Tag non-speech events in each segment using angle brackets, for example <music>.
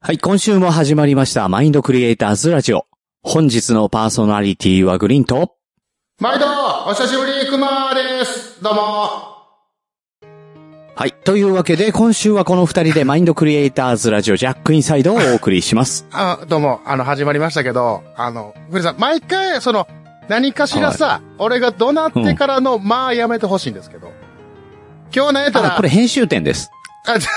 はい、今週も始まりました。マインドクリエイターズラジオ。本日のパーソナリティはグリーンと、毎度、お久しぶり、くまーです。どうも。はい。というわけで、今週はこの二人でマインドクリエイターズラジオジャックインサイドをお送りします。あ、どうも、あの、始まりましたけど、あの、ふりさん、毎回、その、何かしらさ、俺が怒鳴ってからの、まあ、やめてほしいんですけど。今日なんやったあら、これ編集点です。あじゃ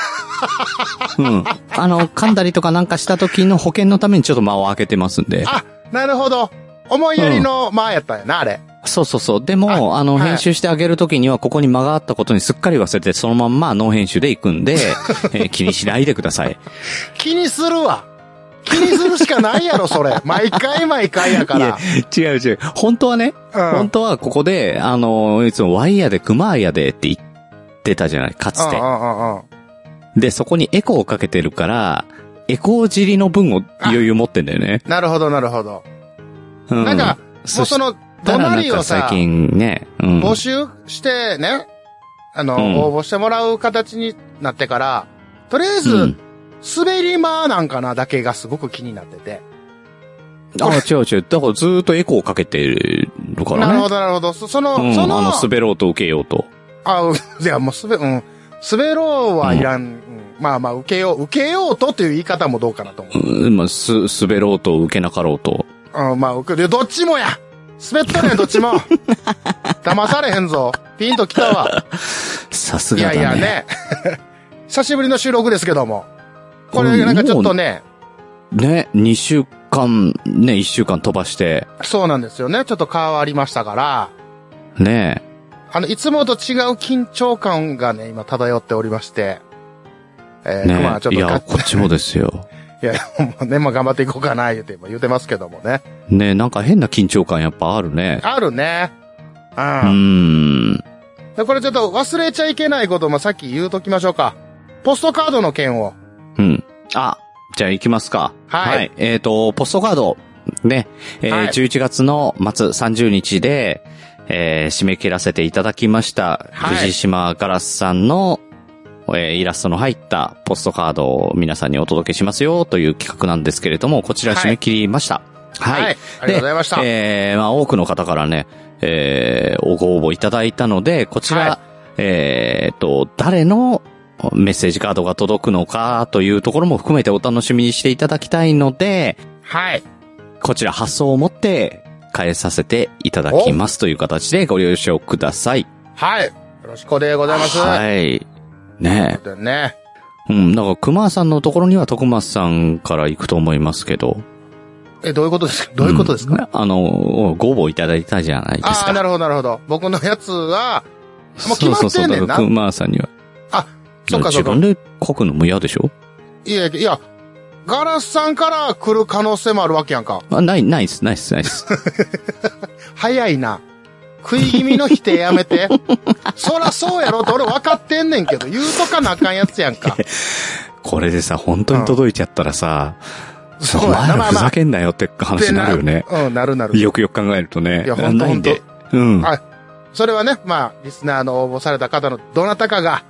うん。 <laughs> あの、噛んだりとかなんかした時の保険のためにちょっと間を空けてますんで。あ、なるほど。思いやりの、まあやったんやな、あれ。そうそうそう。でも、あの、はい編集してあげるときには、ここに間があったことにすっかり忘れて、そのまんまノー編集で行くんで、 <laughs> えー気にしないでください。気にするわ。気にするしかないやろ、そ <laughs> れ。毎回毎回やから。いや違う違う。本当はね、うん本当はここで、あの、いつもワイヤでクマーヤでって言ってたじゃない、かつうてんう。んうんうん。で、そこにエコーをかけてるから、エコー尻の分を余裕持ってんだよね。なるほど、なるほど。うなんか、もそうそしの、た怒ら鳴なんりをか最さ、近ね、うん。募集してね、あの、うん応募してもらう形になってから、とりあえず、うん滑り間なんかなだけがすごく気になってて。あ、違う違う。だからずーっとエコーをかけてるからね。なるほど、なるほど。そその、うん、そあの、の、滑ろうと受けようと。あ、う <laughs> いや、もう滑、うん。滑ろうはいらん。うんまあまあ、受けよう、受けようとという言い方もどうかなと思う。うん、まあ、す、滑ろうと受けなかろうと。うん、まあ、受け、いやどっちもや滑っとるやん、どっ <laughs> ちも。騙されへんぞ。ピンときた <laughs> わ。さすいがだやね。いやね。 <laughs> 久しぶりの収録ですけども。これ、なんかちょっとね、ね、2週間、ね、1週間飛ばして、そうなんですよね。ちょっと変わりましたから、ね。あの、いつもと違う緊張感がね、今漂っておりまして、えー、ね、まあちょっいとや、が、こっちもですよ。 <laughs> いや、もうね、まあ頑張っていこうかな、言うて、今言うてますけどもね。ね、なんか変な緊張感やっぱあるね。あるね。ううーん。ん。で、これちょっと忘れちゃいけないこともさっき言うときましょうか。ポストカードの件を。うん。あ、じゃあ行きますか。はいえっ、と、ポストカード、ね、えーはい11月の末30日で、えー締め切らせていただきました。はい藤島ガラスさんの、えーイラストの入ったポストカードを皆さんにお届けしますよという企画なんですけれども、こちら締め切りました。はい。ありがとうございました。えーまあ多くの方からね、えーご応募いただいたので、こちら、はいえーっと、誰のメッセージカードが届くのかというところも含めてお楽しみにしていただきたいので、はい。こちら発送を持って返させていただきますという形でご了承ください。はい。よろしくお願いございます。はい。ねでね。え。うん。だから、熊さんのところには徳松さんから行くと思いますけど。え、どういうことですかどういうことですか、んあの、ご応募いただいたじゃないですあか。あ、なるほど、なるほど。僕のやつは、もそうう決そまうっそうてんねんだなから熊さんには。あ、そっかそ自っか分。で書くのも嫌でしょいや、いや、ガラスさんから来る可能性もあるわけやんか。あ、ない、ないっす、ないっす、ないっす。早いな。食い気味の否定や <laughs> めて。そらそうやろって俺分かってんねんけど、言うとかなあかんやつやんか。これでさ、本当に届いちゃったらさ、そおうや前な、らまあふまあざ。けんなよって <laughs> 話になるよねっ。てなうん、なるなる。よくよく考えるとね。いやほんとないんで。うん。あそれはね、まあ、リスナーの応募された方のどなたかが、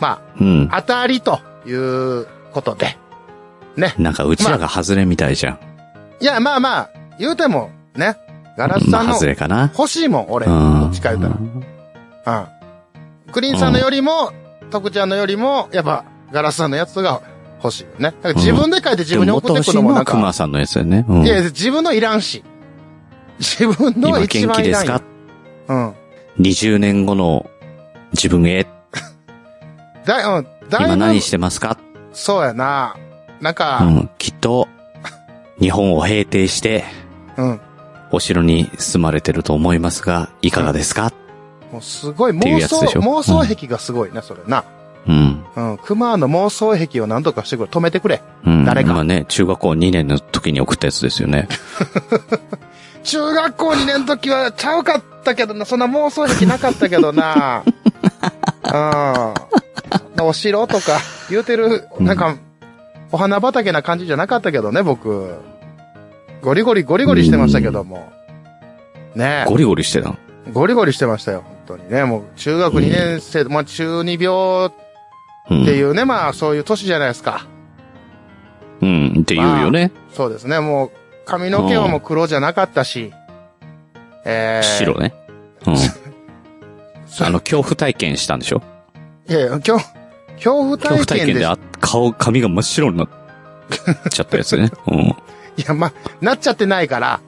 まうん。あ、当たりということで。ね。なんか、うちらが外れみたいじゃん。いや、まあまあ、言うても、ね。ガラスさんまあ、の外れかな。欲しいもん、俺。うどんっちか言うたら。うん。クリーンさんのよりも、徳ちゃんのよりも、やっぱ、ガラスさんのやつが欲しいよね。だから自分で書いて自分に送ってくでも元々欲しいるのもなんのはか、熊さんのやつだよね。うんいや、自分のいらんし。自分のは今一元番気いでらすんよかうん。 ?20 年後の自分へ、だ、うん。だ今いぶ何、してますかそうやな。なんうか、ん。きっと、日本を平定して、うん。お城に住まれてると思いますが、いかがですかもうすごいていう妄や想つでしょ、妄想癖がすごいな、それな。うん。うん。熊の妄想癖を何とかしてくれ、止めてくれ。うん、誰かまあね、中学校2年の時に送ったやつですよね。中学校2年の時はちゃうかったけどな、そんな妄想癖なかったけど <laughs> な。うん。お城とか言うてる、なんか、お花畑な感じじゃなかったけどね、僕。ゴリゴリ、ゴリゴリしてましたけども。ねゴリゴリして <laughs> たの。え。ゴリゴリしてましたよ、本当にね。もう、中学2年生、まあ、中二病うん。っていうね、まあ、そういう年じゃないですか。うん。うん、って言うよね。そうですね。もう、髪の毛はもう黒じゃなかったし、えー、白ね。うん。 <laughs> そうあの、恐怖体験したんでしょいやいや、恐、恐恐怖怖体体験で験で、あ、顔、髪が真っ白になっちゃったやつね。うん。いや、ま、なっちゃってないから、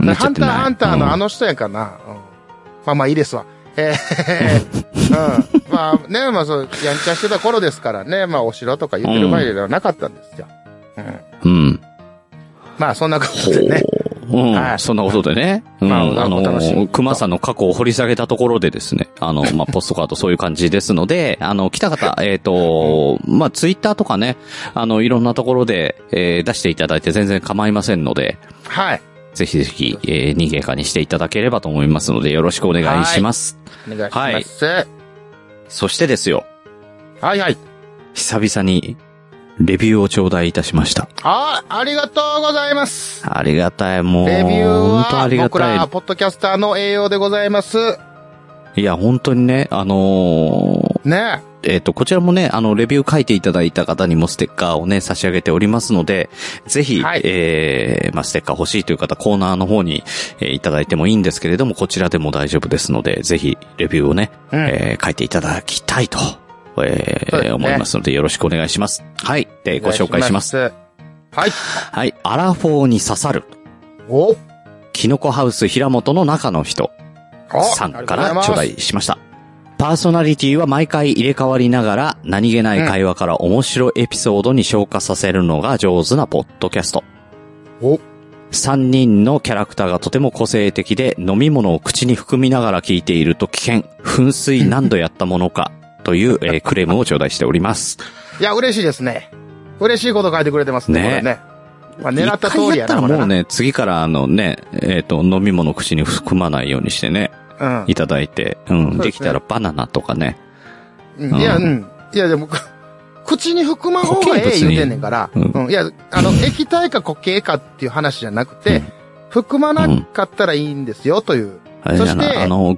なっちゃハっンてターないハンターうんのあの人やからな。うんまあまあいいですわ。<laughs> えーうん。まあね、まあそう、やんちゃしてた頃ですからね、まあお城とか言ってる場合ではなかったんですよ。うん。うん。まあそんなことでね。うん、はいそんなことでね。うん、まああおの楽しみに、熊さんの過去を掘り下げたところでですね、あの、ま <laughs> あ、ポストカードそういう感じですので、あの、来た方、えっ、と、まあ、ツイッターとかね、あの、いろんなところで、えー出していただいて全然構いませんので、はい。ぜひぜひ、えー、逃げかにしていただければと思いますので、よろしくお願いします。お願いします。はい、そしてですよ、はいはい。久々に、レビューを頂戴いたしました。ああ、ありがとうございます。ありがたい、もう。レビュー本当あはりが僕たいら、。ポッドキャスターの栄養でございます。いや、本当にね、あのーねえっ、と、こちらもね、あの、レビュー書いていただいた方にもステッカーをね、差し上げておりますので、ぜひ、はいえーまあ、ステッカー欲しいという方、コーナーの方に、えーいただいてもいいんですけれども、こちらでも大丈夫ですので、ぜひ、レビューをね、うんえー書いていただきたいと、えーそうですね思いますので、よろしくお願いします。はい。で、ご紹介します。お願いします。はい。はい。アラフォーに刺さる、おおキノコハウス平本の中の人。さんから頂戴しました。パーソナリティは毎回入れ替わりながら何気ない会話から面白エピソードに昇華させるのが上手なポッドキャスト。お、 3人のキャラクターがとても個性的で飲み物を口に含みながら聞いていると危険、噴水何度やったものか <laughs> という、えークレームを頂戴しております。いや、嬉しいですね。嬉しいこと書いてくれてますね。ねこれねまあ、狙った通りや一回やったな、らこれもなうね、次からあのね、えっ、と、飲み物を口に含まないようにしてね、うんいただいて、うん、そうですねできたらバナナとかね、うん。いや、うん。いや、でも、く口に含まん方がええ言うてんねんから、固形物うん。いや、あの、液体か固形かっていう話じゃなくて、含まなかったらいいんですよ、という。あれじゃそなしいてあの、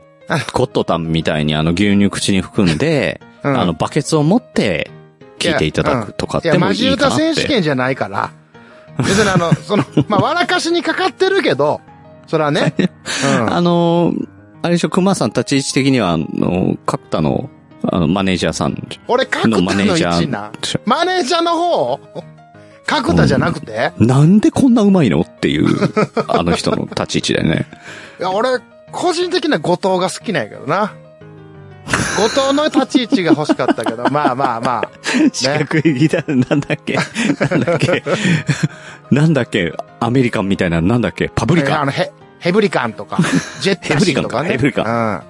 ゴッドタンみたいにあの牛乳口に含んで、うんあのバケツを持って聞いていただくとかっいてや、もマいジいか歌なって。選手権じゃないから。別 <laughs> にあの、その、まあ、笑かしにかかってるけど、それ <laughs> はね。あのー、あれでしょ、熊さん立ち位置的には、あの、角田の、あの、マネージャーさんでうん。俺、角田マネーのジ位ャー置な。しょ。マネージャーの方 <laughs> 角田じゃなくて、なんでこんなうまいのって <laughs> いう、あの人の立ち位置だよね。いや、俺、個人的には後藤が好きなんやけどな。後藤の立ち位置が欲しかったけど、 <laughs> まあまあまあ。四角いギター、なんだっけなんだっけなんだっけアメリカンみたいな、なんだっけパブリあカンの、ヘ、ヘブリカン <laughs> とか、ジェッタシーとかね。ヘブリカンン。うん。好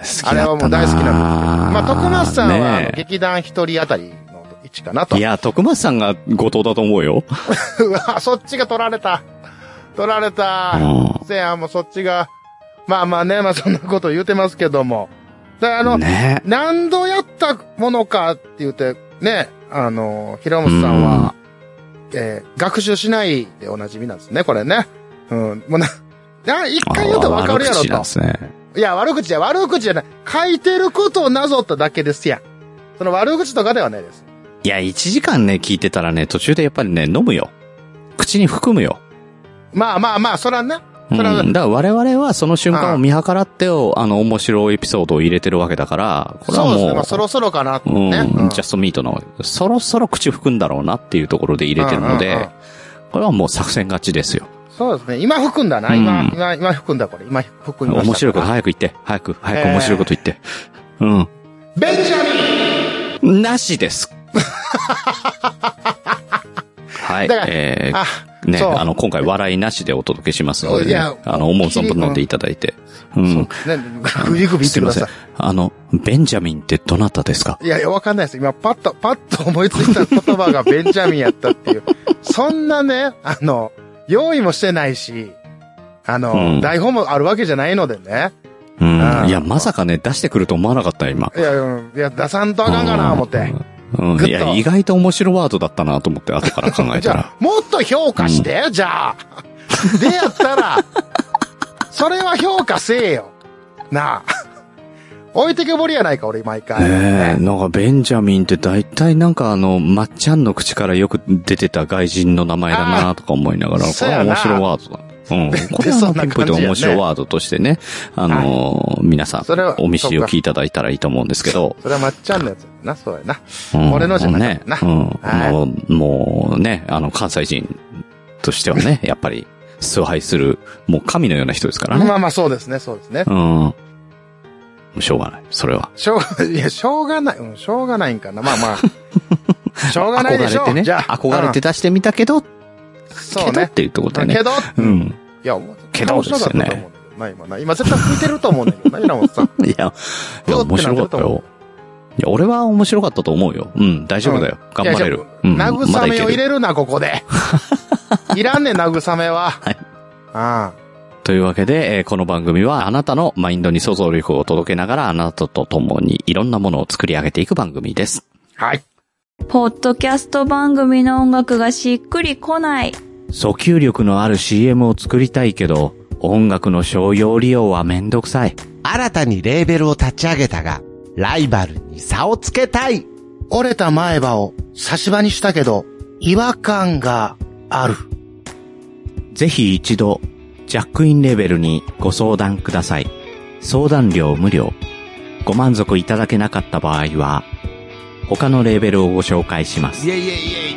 あきだったれなはもう大好きなんですけど。まあ、徳松さんは、あねのえ劇団一人あたりの位置かな <laughs> と。いや、徳松さんが後藤だと思うよ。うわ、そっちが取られた。取られた。うせや、もうそっちが。まあまあね、まあそんなこと言うてますけども。だからあの、ん。ね何度やったものかって言って、ね、あの、平本さんは、えー学習しないでおなじみなんですね、これね。うん、もうな、な一回言うとわかるやろあ悪口なんで。とすね。いや、悪口じゃ、悪口じゃない。書いてることをなぞっただけですやん。その悪口とかではないです。いや、1時間ね、聞いてたらね、途中でやっぱりね、飲むよ。口に含むよ。まあまあまあ、そらな。うん、そだら、から我々はその瞬間を見計らってを、あの、面白いエピソードを入れてるわけだから、これはそうですね。まもあ、そろそろかな、う、ね。うん、うんジャストミートの、そろそろ口含んだろうなっていうところで入れてるので、うんうんうんこれはもう作戦勝ちですよ。そうですね。今含んだな。今、うん今、今含んだ、これ。今含みました。面白いこと早く言って、早く、早く面白いこと言って。うん。ベンジャミなし <laughs> です。はい。だからえンあ、ー、ね、そうあの、今回笑いなししでお届けしますので、いねや、あの、思う存分飲んでいただいて。う。そうんですね。グビグビ言っすていくまだせんさ。あの、ベンジャミンってどなたですかい。いやいや、わかんないです。今、パッと、パッと思いついた言葉がベンジャミンやったっていう。 <laughs> そんなね、あの、用意もしてないし、あの、うん台本もあるわけじゃないのでね。うんあ。ーいや、まさかね、出してくると思わなかったよ、今。いや、うんいや、出さんとあかんかな、思って。うん。グッといや、意外と面白ワードだったなと思って、後から考え <laughs> じたゃらあ。、もっと評価して、じゃあ。でやったら、それは評価せえよ。なあ。置いてけぼりやないか、俺、毎回。ねえ、なんかベンジャミンって大体なんかあの、まっちゃんの口からよく出てた外人の名前だなとか思いながら、こそうれやはな面白いワードだ。うん。これ <laughs> そはんなピ感ンポインじトやね面白いワードとしてね、あのー皆さんそれは、お見知りを聞いただいたらいいと思うんですけど。それはまっちゃんのやつやな、そうやな。うん俺のじゃなかっねたな。うん。はいもう、もうね、あの、関西人としてはね、やっぱり、崇拝する、もう神のような人ですからね。まあまあ、そうですね、そうですね。うん。しょうがない。それは。しょう、 <laughs> いや、しょうがない、うん、しょうがないんかな。まあまあ。 <laughs> しょうがないでしょ憧れてね。じゃあ。憧れて出してみたけど、うんそけどうっね。ていうところだよねけ。ど、うん。いや、けど面白かったと思うんだけどな、今な。今絶対吹いてると思うんだけどな、平本さん。いや、いや、どうって面白かったなるとよ。いや、俺は面白かったと思うよ。うん、大丈夫だよ。 <laughs> 頑張れいるや。うじん、ゃあま慰だいめをけ入る。れるな、ここで。 <laughs> いらんねん、慰めは。はいあというわけで、えーこの番組はあなたのマインドに想像力を届けながらあなたと共にいろんなものを作り上げていく番組です。あ。はい。ポッドキャスト番組の音楽がしっくりこない。訴求力のある CM を作りたいけど、音楽の商用利用はめんどくさい。新たにレーベルを立ち上げたが、ライバルに差をつけたい折れた前歯を差し歯にしたけど、違和感がある。ぜひ一度、ジャックインレベルにご相談ください。相談料無料。ご満足いただけなかった場合は、他のレーベルをご紹介します。えいえいえい。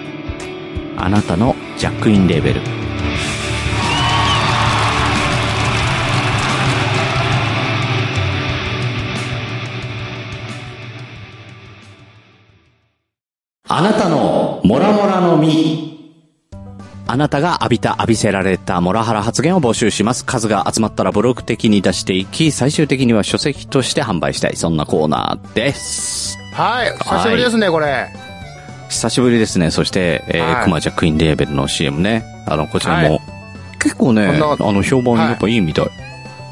あなたのジャックインレーベル。あなたのモラモラの実。あなたが浴びた、浴びせられたモラハラ発言を募集します。数が集まったらブログ的に出していき、最終的には書籍として販売したい。そんなコーナーです。はい、久しぶりですね、これ。久しぶりですね。そして、えはー、いクマジャックインレーベルの CM ね。あの、こちらも、は結構ね、こんなあの、評判やっぱいいみたい。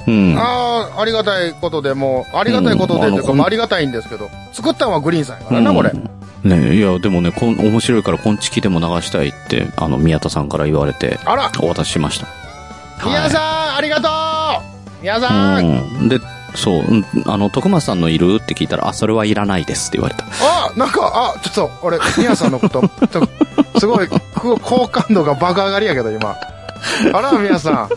うん。ああ、ありがたいことで、もう、ありがたいことで、といううんあのか、まあありがたいんですけど、作ったのはグリーンさんやかうらんな、これ。ねいや、でもね、こん、面白いから、こんちきでも流したいって、あの、宮田さんから言われて、あら、お渡ししました。宮さん、ありがとう宮さんうん。で、そう、うんあの、徳松さんのいるって聞いたら、あ、それはいらないですって言われた。あ、なんか、あ、ちょっと、俺、宮さんのこと、ちょっとすごい、こ好感度が爆上がりやけど、今。あら、宮さん。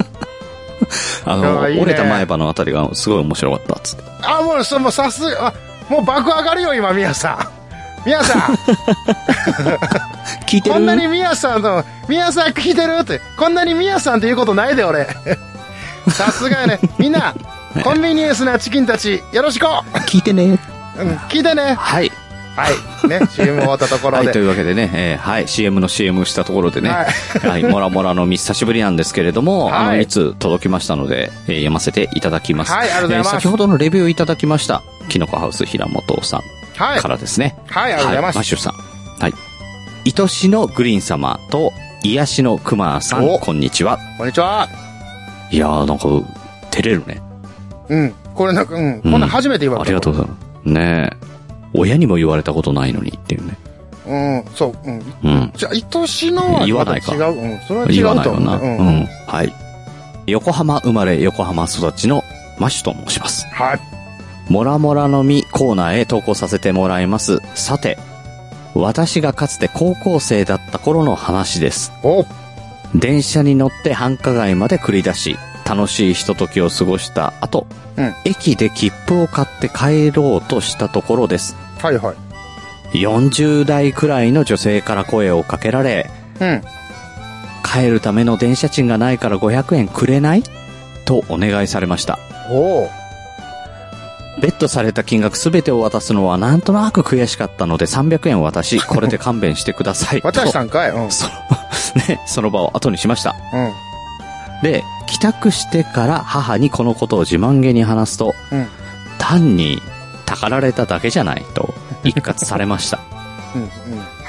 あいの、やいいね折れた前歯のあたりがすごい面白かったっつって。あ、もう、その、さすが、あもう爆上がるよ、今、宮さん。宮さん、聞いてるこんなに宮さんの、宮さん聞いてるって、こんなに宮さんって言うことないで、俺。さすがやね。みんな、コンビニエンスなチキンたち、よろしく聞いてね。うん、聞いてね。はい。はい。ね、CM 終わったところはい、とで。いうわけでね、えーはい、CM の CM したところでね、は、はいモラモラの久しぶりなんですけれども、はいあの、いつ届きましたので、えー読ませていただきます。はいありがとうございますえー先ほどのレビューをいただきました、キノコハウス平本さんはい。からですね。はい、ありがとうございマますッ。シュさん。はい。愛しのグリーン様と、癒しのクマさん、おこんにちは。こんにちは。いやー、なんか、照れるね。うん。これなんか、うん。こんなん初めて言わあれた。りがとうございます。ねえ。親にも言われたことないのにっていうね。うん、そう、うん。うん。じゃあ、愛しのは言わないかまた違う。うん、それは違言わうないとよ思な。う。ううん。ん。はい。横浜生まれ、横浜育ちのマシュと申します。はい。モラモラの実コーナーへ投稿させてもらいます。さて、私がかつて高校生だった頃の話です。お電車に乗って繁華街まで繰り出し、楽しいひとときを過ごした後、うん駅で切符を買って帰ろうとしたところです。はいはい。 40代くらいの女性から声をかけられ、うん。帰るための電車賃がないから500円くれないとお願いされました。おーベットされた金額すべてを渡すのはなんとなく悔しかったので300円を渡 <laughs> し、これで勘弁してくださいと。渡したんかいうん。うん。その、 <laughs> ね、その場を後にしました。で、帰宅してから母にこのことを自慢げに話すと、うん。単に、たかられただけじゃないと、一括されました。 <laughs> うん。うん。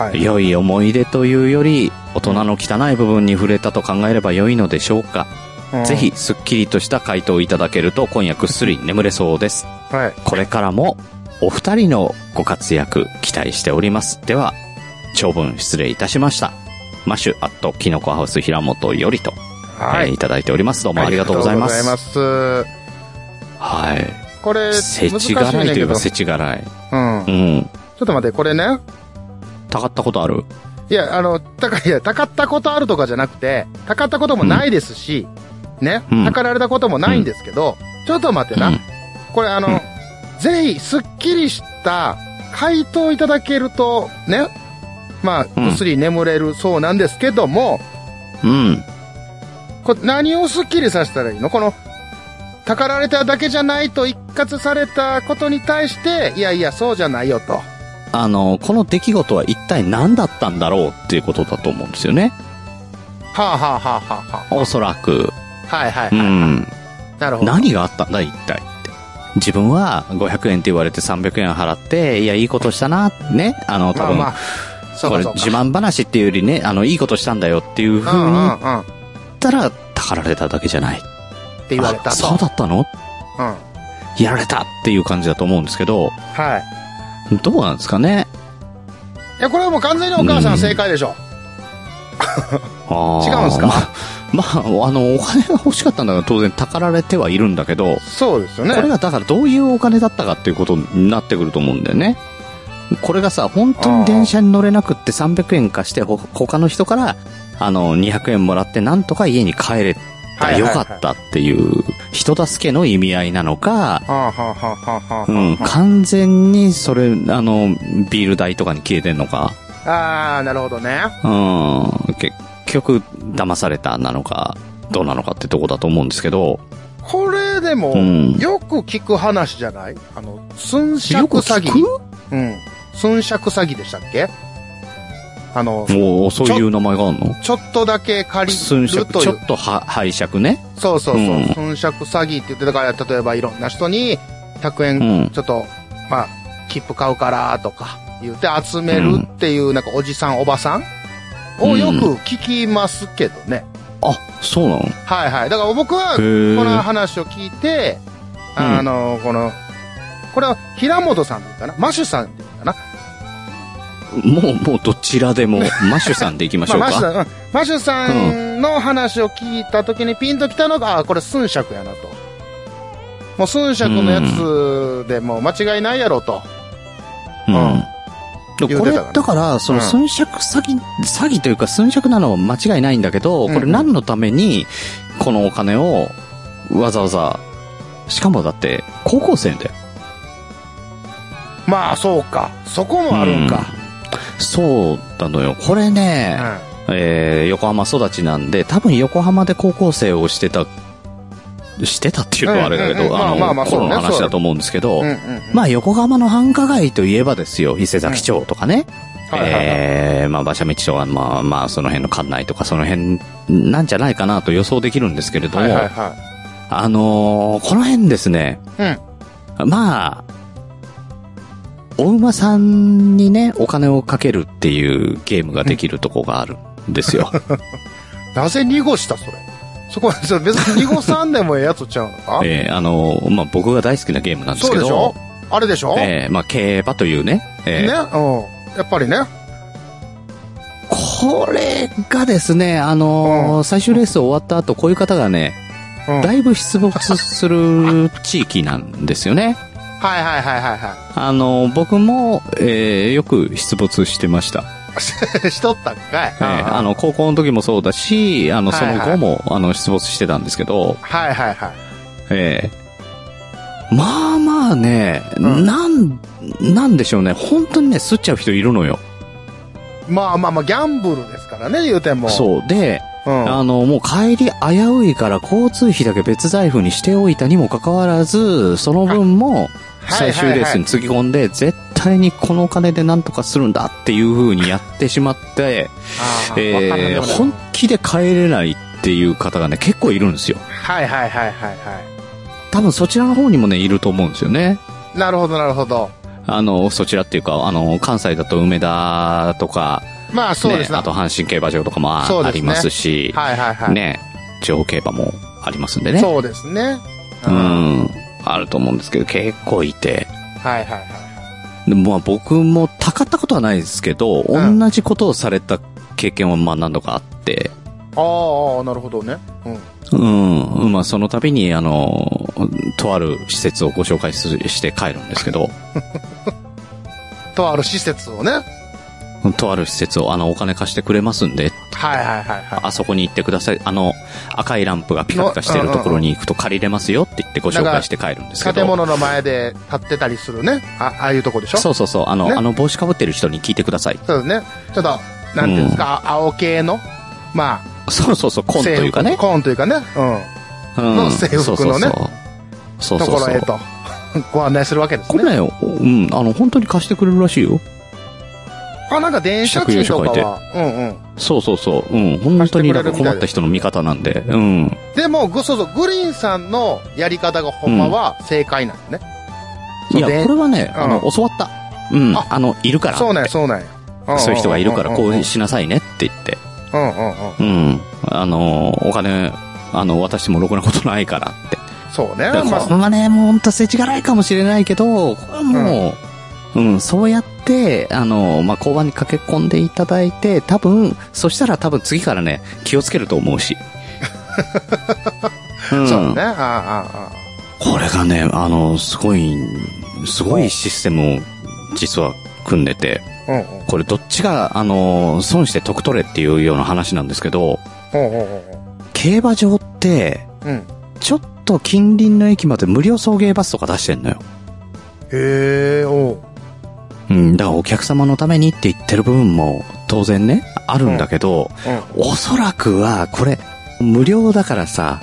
はい。良い思い出というより、大人の汚い部分に触れたと考えれば良いのでしょうか。うんぜ。ひ、すっきりとした回答をいただけると、今夜ぐっすり眠れそうです。はい。これからも、お二人のご活躍、期待しております。では、長文失礼いたしました。マシュアットキノコハウス平本よりと、はえーいい。ただいております。どうもありがとうございます。ありがとうございます。はい。これ、せ難しいちねがらんいといけえど。うばん。ちせちがらい。ょうん。っと待って、これね。たかったことあるいや、あの、たか、いや、たかったことあるとかじゃなくて、たかったこともないですし、ねう、んたかられたこともないんですけど、ちょっと待ってな。うんこれあの、うんぜひ、すっきりした回答いただけると、ね、まあ、うんぐっすり眠れるそうなんですけども、うん。これ何をスッキリさせたらいいのこの、たかられただけじゃないと一括されたことに対して、いやいや、そうじゃないよと。あの、この出来事は一体何だったんだろうっていうことだと思うんですよね。はあ、はあはあはあはおそらく。あ、はいはいうはい。ん。なるほど。何があったんだ、一体って。自分は500円って言われて300円払って、いや、いいことしたな、ね。あの、多まあ分、まあ、そうこかれそうか。自慢話っていうよりね、あの、いいことしたんだよっていう風うにんうん言っうん。ったら、たかられただけじゃない。て言われたと。あそうだったのうん。はやられたっていう感じだと思うんですけど、い。どうなんですかねいや、これはもう完全にお母さんの正解でしょ。あー違うんですかまあ、まあ、あの、お金が欲しかったんだから当然たかられてはいるんだけど、そうですよね。これがだからどういうお金だったかっていうことになってくると思うんだよね。これがさ、本当に電車に乗れなくって300円貸して、ほ他の人から、あの、200円もらってなんとか家に帰れたらよかったっていう、人助けの意味合いなのか、はあはあはあはあはあうん、完全にそれ、あの、ビール代とかに消えてんのか、ああ、なるほどね。うん、結局、騙されたなのか、どうなのかってとこだと思うんですけど、これでも、うんよく聞く話じゃないあの、寸借詐欺。ようん。寸借詐欺でしたっけあの、もう、そういう名前があるのちょっとだけ借り寸る尺、とちいょう。っとは拝借ね。そうそうそう。うん寸借詐欺って言って、だから、例えばいろんな人に、100う円、ん。ちょっと、まあ、切符買うから、とか、言って集めるっていう、なんかおじさん、おばさんをよく聞きますけどね。あ、そうなのへはいはい。だから僕は、ーこの話を聞いて、うんあの、この、これは平本さんっていうかな、マシュさんっていうかな。もう、もうどちらで <laughs> も、マッシュさんでいきましょうマシュか。さん、うんマシュさんの話を聞いた時にピンときたのが、あ、これ寸尺やなと。もう寸尺のやつでもう間違いないやろと。ううんん。でこ言うてれ、たからねだから、その、うん寸尺詐欺、詐欺というか、寸尺なのは間違いないんだけど、こうれんうん何のために、このお金を、わざわざ、しかもだって、高校生だよ。まあそうか。そこもあるんか。そうなのよ。これうね、ん。えー、横浜育ちなんで、多分横浜で高校生をしてた、してたっていうのはあれだけうんうんうど、んまあまああまあの、そう頃ねのそう話だと思うんですけどうん、うん。まあ横浜の繁華街といえばですよ、伊勢崎町とかね、はいはいはい。えー、まあ馬車道とか、まあまあその辺の館内とかその辺なんじゃないかなと予想できるんですけれども、はいはいはあのーこの辺ですね、まあ、お馬さんにね、お金をかけるっていうゲームができるとこがあるんですよ。い。なぜ濁したそれ。そこは別に濁さんでもええやつちゃうの <laughs> かえーあのーまあ僕が大好きなゲームなんですそうけでしょど、あれでしょえーまあ競馬というね、えーね、うん。やっぱりね。これがですね、あのー最終レース終わった後、こういう方がね、うんだいぶ出没する地域なんですよね。はいはいはいはいはあのー僕も、えーよく出没してました。い。 <laughs> しとったんかい。えーあの、高校の時もそうだし、あの、そのはいは後いも、あの、出没してたんですけど、はいはいはい。えーまあまあね、うんなん、なんでしょうね、本当にね、吸っちゃう人いるのよ。まあまあまあ、ギャンブルですからね、言うても。う。そう。で、うん。あの、もう帰り危ういから交通費だけ別財布にしておいたにもかかわらず、その分もはい最終レースにつぎ込んで、絶対にこのお金でなんとかするんだっていう風にやってしまって、あーわからんえでーもない本気で帰れないっていう方がね、結構いるんですよ。はいはいはいはいは多分そちらの方にもね、いると思うんですよね。い。なるほどなるほど。あの、そちらっていうか、あの、関西だと梅田とか、まあそうねで、すね。あと阪神競馬場とかもあそあうですねりますし、はいはいはい。ね、地方競馬もありますんでね。そうですね。うはいん。あると思うんですけど、結構いて。はいはい。でまあ僕もたかったことはないですけど、うん同じことをされた経験はまあ何度かあって、あーあー、なるほどね。うん。うん。まあその度に、あの、とある施設をご紹介すして帰るんですけど、とある施設をね。はいとある施設を、あの、お金貸してくれますんで、はいはいはい。あそこに行ってください。あの、赤いランプがピカピカしてるところに行くと借りれますよって言ってご紹介して帰るんですけ建ど。物の前で立ってたりするね。あ、ああいうとこでしょそうそうそう、あの、ねあの帽子かぶってる人に聞いてください。そうですね。ちょっと、なんていうんですか、青系の、まあ、そうそうそう、コンというか制ね。服コーンというかね、うんの制服のそね。ううんそうそう。そうそとうころそうへと、 <laughs> ご案内するわけですこね。れね、うん、あの、本当に貸してくれるらしいよ。あ、なんか電車賃とかは、うんうん。そうそうそう。うん、本当になんか貸してくれるみたいです困った人の味方なんで。うん。でも、ぐそうそう、グリーンさんのやり方がほんまは正解なんね。いそうでや、これはね、うんあの、教わった。うん、ああの、いるから。そうなんや、そうなんや。んんんそういう人がいるから、こんんうしなさいねって言って。うんうんうん。うん。あの、お金、あの、渡してもろくなことないからって。そうね。だかまらあこれはね、もうほんと世知辛いかもしれないけど、これはもう、うん、そうやって、あの、まあ、交番に駆け込んでいただいて、多分、そしたら多分次からね、気をつけると思う <laughs> し。うん、そうね。ああ、ああ。これがね、あの、すごい、すごいシステムを実は組んでて、うんうん。これどっちが、あの、損して得取れっていうような話なんですけど、うんうんうん競馬場って、うん。うん。ちょっと近隣の駅まで無料送迎バスとか出してんのよ。へえ、おう。うん、だからお客様のためにって言ってる部分も当然ね、あるんだけど、うんおそらくはこれ、無料だからさ、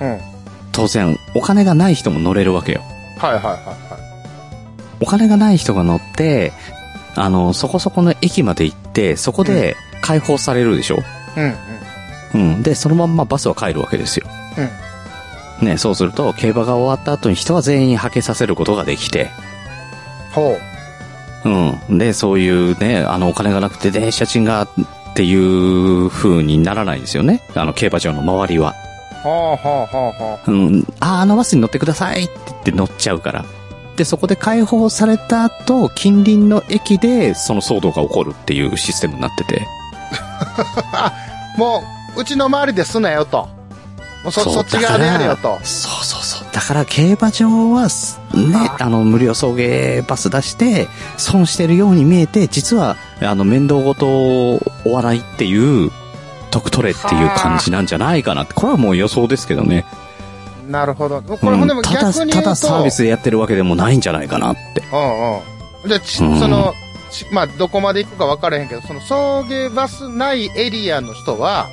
うん。はい当然お金がない人も乗れるわけよ。はいはいはお金がない人が乗って、あの、そこそこの駅まで行って、そこで解放されるでしょ、い。うんうん。うん。で、そのまんまバスは帰るわけですよ。ね、そうすると、競馬が終わった後に人は全員はけさせることができて、ほう。うん。で、そういうね、あの、お金がなくて電車賃がっていう風にならないんですよね。あの、競馬場の周りは。はあはあはあはうん。あ、あのバスに乗ってくださいって言って乗っちゃうから。で、そこで解放された後、近隣の駅でその騒動が起こるっていうシステムになってて。あ。もう、うちの周りですなよと。もうそ、そっち側でやるよと。そうそうそう。だから競馬場はす、ね、あの、無料送迎バス出して、損してるように見えて、実は、あの、面倒ごとお笑いっていう、得取れっていう感じなんじゃないかなって。これはもう予想ですけどね。なるほど。こうれ、ほんんでもただ、逆にた言うと。だサービスでやってるわけでもないんじゃないかなって。うんうん。で、ち、うんその、ちまあ、どこまで行くか分からへんけど、その、送迎バスないエリアの人は、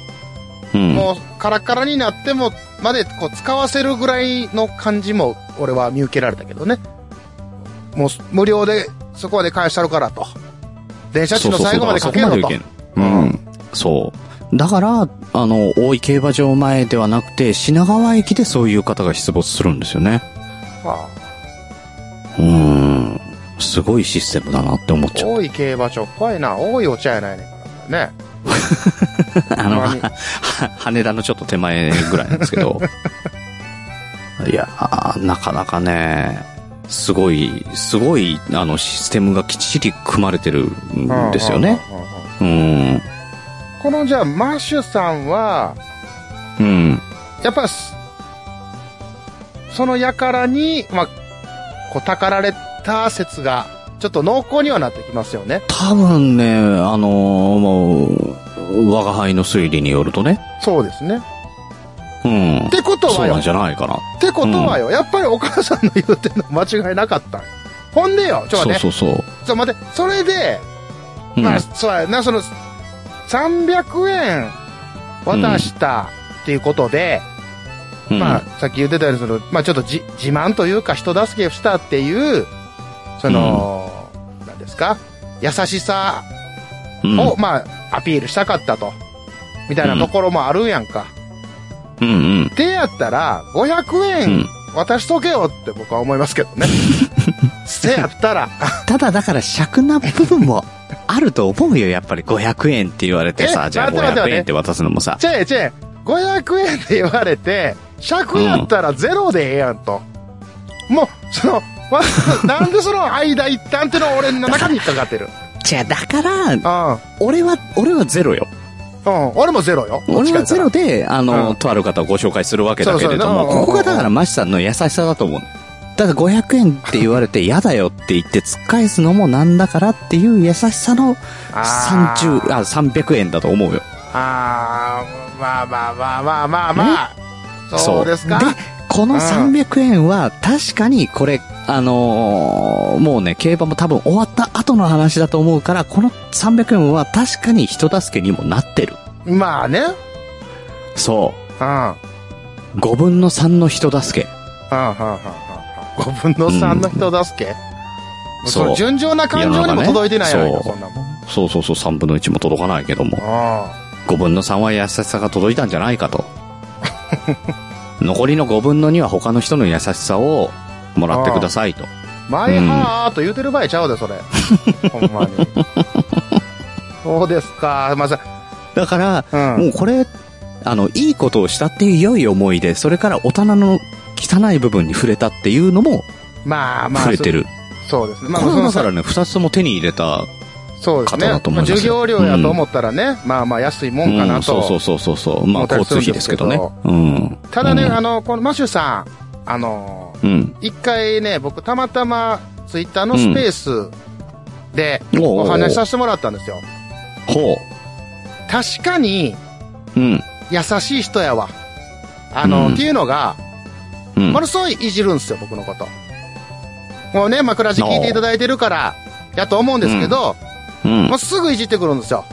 うん。もう、カラカラになっても、まで、こう、使わせるぐらいの感じも、俺は見受けられたけどね。もう、無料で、そこまで返したるからと。電車そ賃うのそうそ最う後までかけだろからと。そこまでいけんうん。そう。だから、あの、大井競馬場前ではなくて、品川駅でそういう方が出没するんですよね。はうーん。すごいシステムだなって思っあ、ちゃう。多い競馬場、怖いな、多いお茶やないねんからね。あの、ほんまには <laughs> 羽田のちょっと手前ぐらいなんですけ <laughs> ど。いやー、なかなかね、すごい、すごい、あの、システムがきっちり組まれてるんですよね。うんうんうんうん。うん。この、じゃあ、マッシュさんは、うん。やっぱす、その輩に、まあ、こう、たかられた説が、ちょっと濃厚にはなってきますよね。多分ね、あのーもう、我が輩の推理によるとね。そうですね。うん。ってことそはうなよん、じゃないかな。ってことはよ、やっぱりお母さんの言うてんの間違いなかったんよほんでよ、ちょっとそう待って、そうそう。ちょっと待って、それで、うんまあ、そうやな、その、300円渡したっていうことで、うんまあ、さっき言ってたように、その、まあ、ちょっとじ、自慢というか、人助けをしたっていう、その、なんですか、優しさうんを、まあ、アピールしたかったと、みたいなところもあるんやんか。うんうん。でやったら、500う円ん渡しとけよって僕は思いますけど <laughs> ね。せやったら、ただだから尺な部分もあると思うよ、やっぱり500円って言われてえさ、じゃあ待って待って待500って円って渡すのもさ、ちぇいちぇい、500円って言われて、100やったらゼロでええやんと。もう、その、わなんでその間一 <laughs> 旦ってのは俺の中に引っかかってる。じゃあだから、うん。俺は、俺はゼロよ。うん。俺もゼロよ。俺はゼロで。で、あの、うんとある方をご紹介するわけだけれども、そうそこうこがだからマシさんの優しさだと思うの。ただ500円って言われて嫌だよって言って突っ返すのもなんだからっていう優しさのあー30、あ、300円だと思うよ。あー、まあまあまあまあまあまあ。そうですかで。、このうん300円は確かにこれ、あのーもうね、競馬も多分終わった後の話だと思うから、この300円は確かに人助けにもなってる。まあね。うん。そうん。う。5分の3の人助け。うん。うん。5分の3の人助け、そうそう。純情な感情にも届いてないやないか、世そのんなもん。うん。そうそうそう、3分の1も届かないけども。あ5分の3は優しさが届いたんじゃないかと。 <laughs> 残りの5分の2は他の人の優しさをもらってくださいと。ーマイハーと言うてる場合ちゃうで、<laughs> それ。ほんまに。そうですか。まあさ、だから、うん。もうこれ、あの、いいことをしたっていう良い思いで、それから大人の汚い部分に触れたっていうのもまあまあ。触れてる。そうですね。まあ、これはだかそのらね、2つとも手に入れた。そうです方ねだ。と思いますよ授業料やと思ったらね、まあまあ安いもんかうなんそうそとう。そうそうそう。まあ、思った交りす通費でるんですすけけどどね。うん。ただね、うんあの、このマシュさん、あの、うん。一回ね、僕たまたまツイッターのスペースでおうおうおうお話しさせてもらったんですよ。ほ確かにう。うん。優しい人やわ。あの、うんっていうのが、うんも。のすごいいじるんですよ、僕のこと。もうね、枕地聞いていただいてるから、やと思うんですけど、うんもうすぐいじってくるんですよ。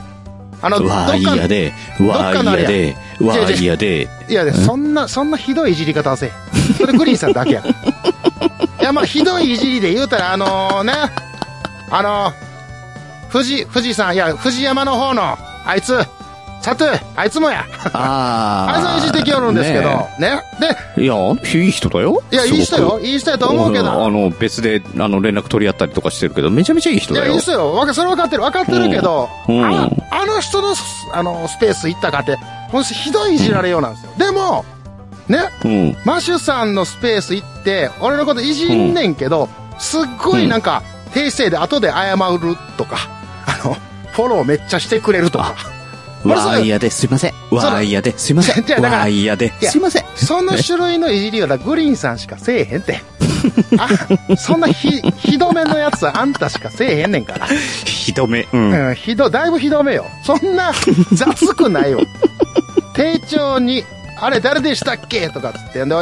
あの、うどっわあ、かいいやで、うわあ、いどっいかのやで、うわあ、いいや <laughs> で、いや、でそんな、そんなひどいいじり方はせえ。それグリーンさんだけや。 <laughs> いや、まあ、ひどいいじりで言うたら、あのね、あの富士、富士山、いや、富士山の方の、あいつ、佐藤、あいつもや。あいつあもあ。いじってきよるんですけど、ねねえいや、あの人いい人だよ。で、いや、いい人すごよ。く。いい人やと思うけあど。の、別で、あの、連絡取り合ったりとかしてるけど、めちゃめちゃいい人いだや、よ。いい人よ。わか、それ分かってる。分かってるけど、うんああの人の、あの、スペース行ったかって、もしひどいいじられようなんですよ。でも、ね、うん。マシュさんのスペース行って、俺のこといじんねんけど、すっごいなんか、訂正で後で謝るとか、あの、フォローめっちゃしてくれるとか、う俺そわれあ、いいやで、すいません。うわあ、いいやで、すいません。 <laughs> じゃあうだからわあ、いいやで、いやすいません。その種類のいじりはだグリーンさんしかせえへんて。あ、そんなひ、ひどめのやつはあんたしかせえへんねんから。ひどめ。うん。うん、ひど、だいぶひどめよ。そ <laughs> んな、雑くないよ。丁重に、あれ誰でしたっけとかっつって、で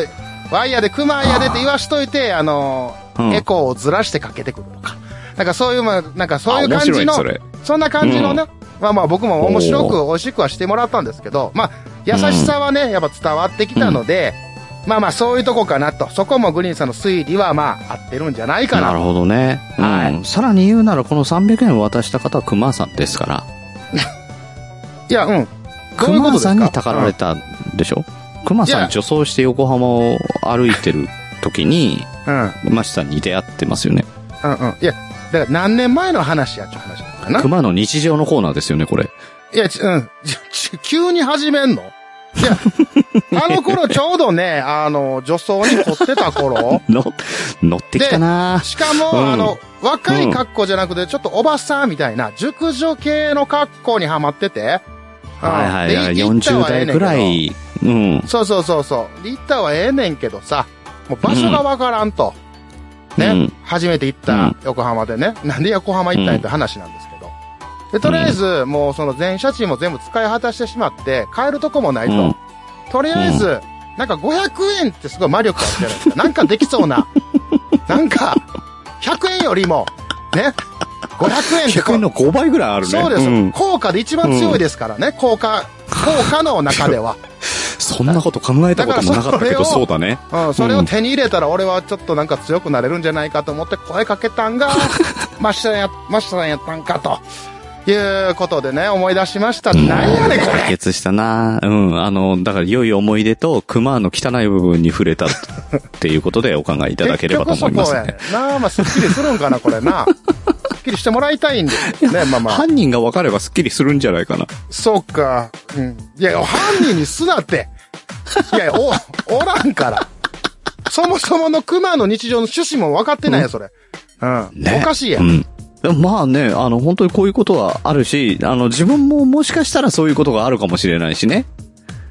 ワイヤーでクマやでって言わしといて、あの、うんエコーをずらしてかけてくるとか。なんかそういう、まあなんかそういう感じあの、面白そいねんな感じのね、まあまあ僕も面白く美味しくはしてもらったんですけど、まあ、優しさはね、やっぱ伝わってきたので、まあまあそういうとこかなと。そこもグリーンさんの推理はまあ合ってるんじゃないかなるな。ほどね。はうん。さらに言うなら、この300円を渡した方は熊さんですから。いや、うん。どういうこと熊ですさかんにたかられたんでしょ熊いさやん女装して横浜を歩いてる時に、うん。うんマシさんに出会ってますよね。うんうん。いや、だから何年前の話やっちゅう話だからな。熊の日常のコーナーですよね、これ。いや、ちうん。ちち急に始めんのい <laughs> や、あの頃ちょうどね、あの、女装に凝ってた頃。の、乗ってきたなしかも、うんあの、若い格好じゃなくて、ちょっとおばさんみたいな、熟女系の格好にはまってて。うんはいはいはい。で行った40はえ代えねんくけどらい。うん。そうそうそうそう。行ったはええねんけどさ、もう場所がわからんと。ね、うん初めて行っうんた横浜でね、 <laughs> なんで横浜行ったんやって話なんですけど。で、とりあえず、もうその全車賃も全部使い果たしてしまって、帰るとこもないと。うんとりあえず、なんか500円ってすごい魔力あるじゃないですか。なんかできそ <laughs> うな。なんか、100円よりも、ね、500円ってこ100う円の5倍ぐらいあるね。そうです、ん効果で一番強いですからね、効果、効果の中では。そんなこと考えたこともなかったけど、だからそそれをうだね。うん、それを手に入れたら俺はちょっとなんか強くなれるんじゃないかと思って声かけた <laughs> んが、マシさんや、マシさんやったんかと。いうことでね、思い出しました。なんやねん、こ解れ。決したなうん。あの、だから、良い思い出と、熊の汚い部分に触れたっていうことでお考えいただければと思いますね結。局そこやねんなあ、まあ、すっきりするんかな、こ <laughs> れな。すっきりしてもらいたいんですけどね、まあまあ。犯人が分かればスッキリするんじゃないかな。そうか。うん。いや、犯人にすなって。いや、お、おらんから。そもそもの熊の日常の趣旨も分かってないよ、それ。うん。ね。おかしいや。うんん。まあね、あの、本当にこういうことはあるし、あの、自分ももしかしたらそういうことがあるかもしれないしね。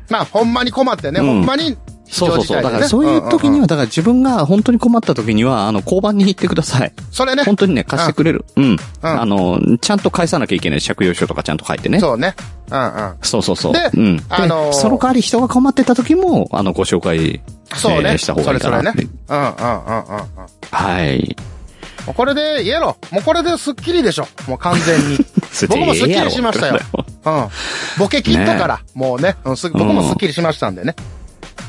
まあ、ほんまに困ってね、うんほんまに、そうそうそう。非常事態でねだからそういう時んんにんは、だから自分が本当に困った時には、あの、交番に行ってください。それね、本当にね、貸してくれる。うん。うんあの、ちゃんと返さなきゃいけない借用書とかちゃんと書いてね。そうね。うんうん。そうそうそう。でうん。であのーその代わり人が困ってた時も、あの、ご紹介、そうえね。ーした方がいいかそれなそっれて。ねうんうんうんうんうん。もはい。うこれで、言えろ。もうこれでスッキリでしょ。もう完全 <laughs> に。僕もスッキリしましたよ。うん。ボケ切ったから、もうね、うんす僕もスッキリしましたんでね。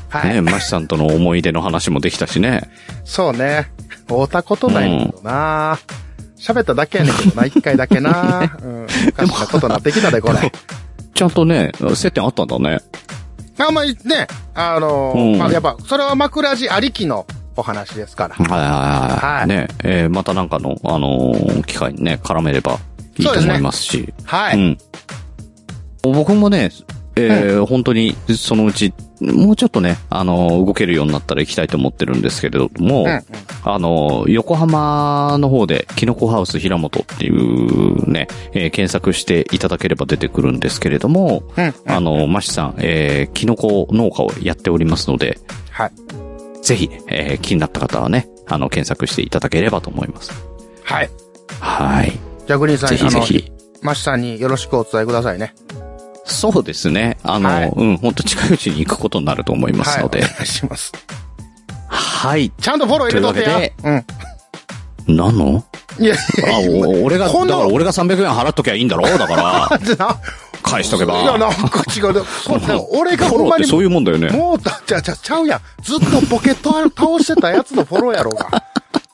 はい。ねマシさんとの思い出の話もできたしね。そうね。会うたことないんだけどな喋っただけやねんけどな、一回だ <laughs> けなうん。おかしなことなってきたで、これ。ちゃんとね、接点あったんだね。あんまりね、あのうんー、まあやっぱ、それは枕地ありきのお話ですから。はいはいははいい。ね、えーまたなんかの、あのー機会にね、絡めればいいと思いますし。はうい。ん。僕もね、えー本当に、そのうち、もうちょっとね、あのー動けるようになったら行きたいと思ってるんですけれども、うんうんあのー横浜の方で、キノコハウス平本っていうね、えー検索していただければ出てくるんですけれども、うん。あのーマシさん、えーキノコ農家をやっておりますので、はい。ぜひ、えー気になった方はね、あの、検索していただければと思います。はい。はい。じゃあ、グリーンさん、ぜひぜひ。あの、マシさんによろしくお伝えくださいね。そうですね。あの、はいうん、ほんと近いうちに行くことになると思いますので。は、はいおい。願いします。ちゃんとフォロー入れとってというわや。なのうん。いや、いあ、お俺が、だこかんなら俺が300円払っときゃいいんだろだから、や、な、返しとけいや、ば。なんか違う。そうだよ、俺がフォほロんーまってに、そういうもんだよね。もう、だじゃ、じゃ、ちゃうやん。ずっとボケと倒してたやつのフォローやろう <laughs> が。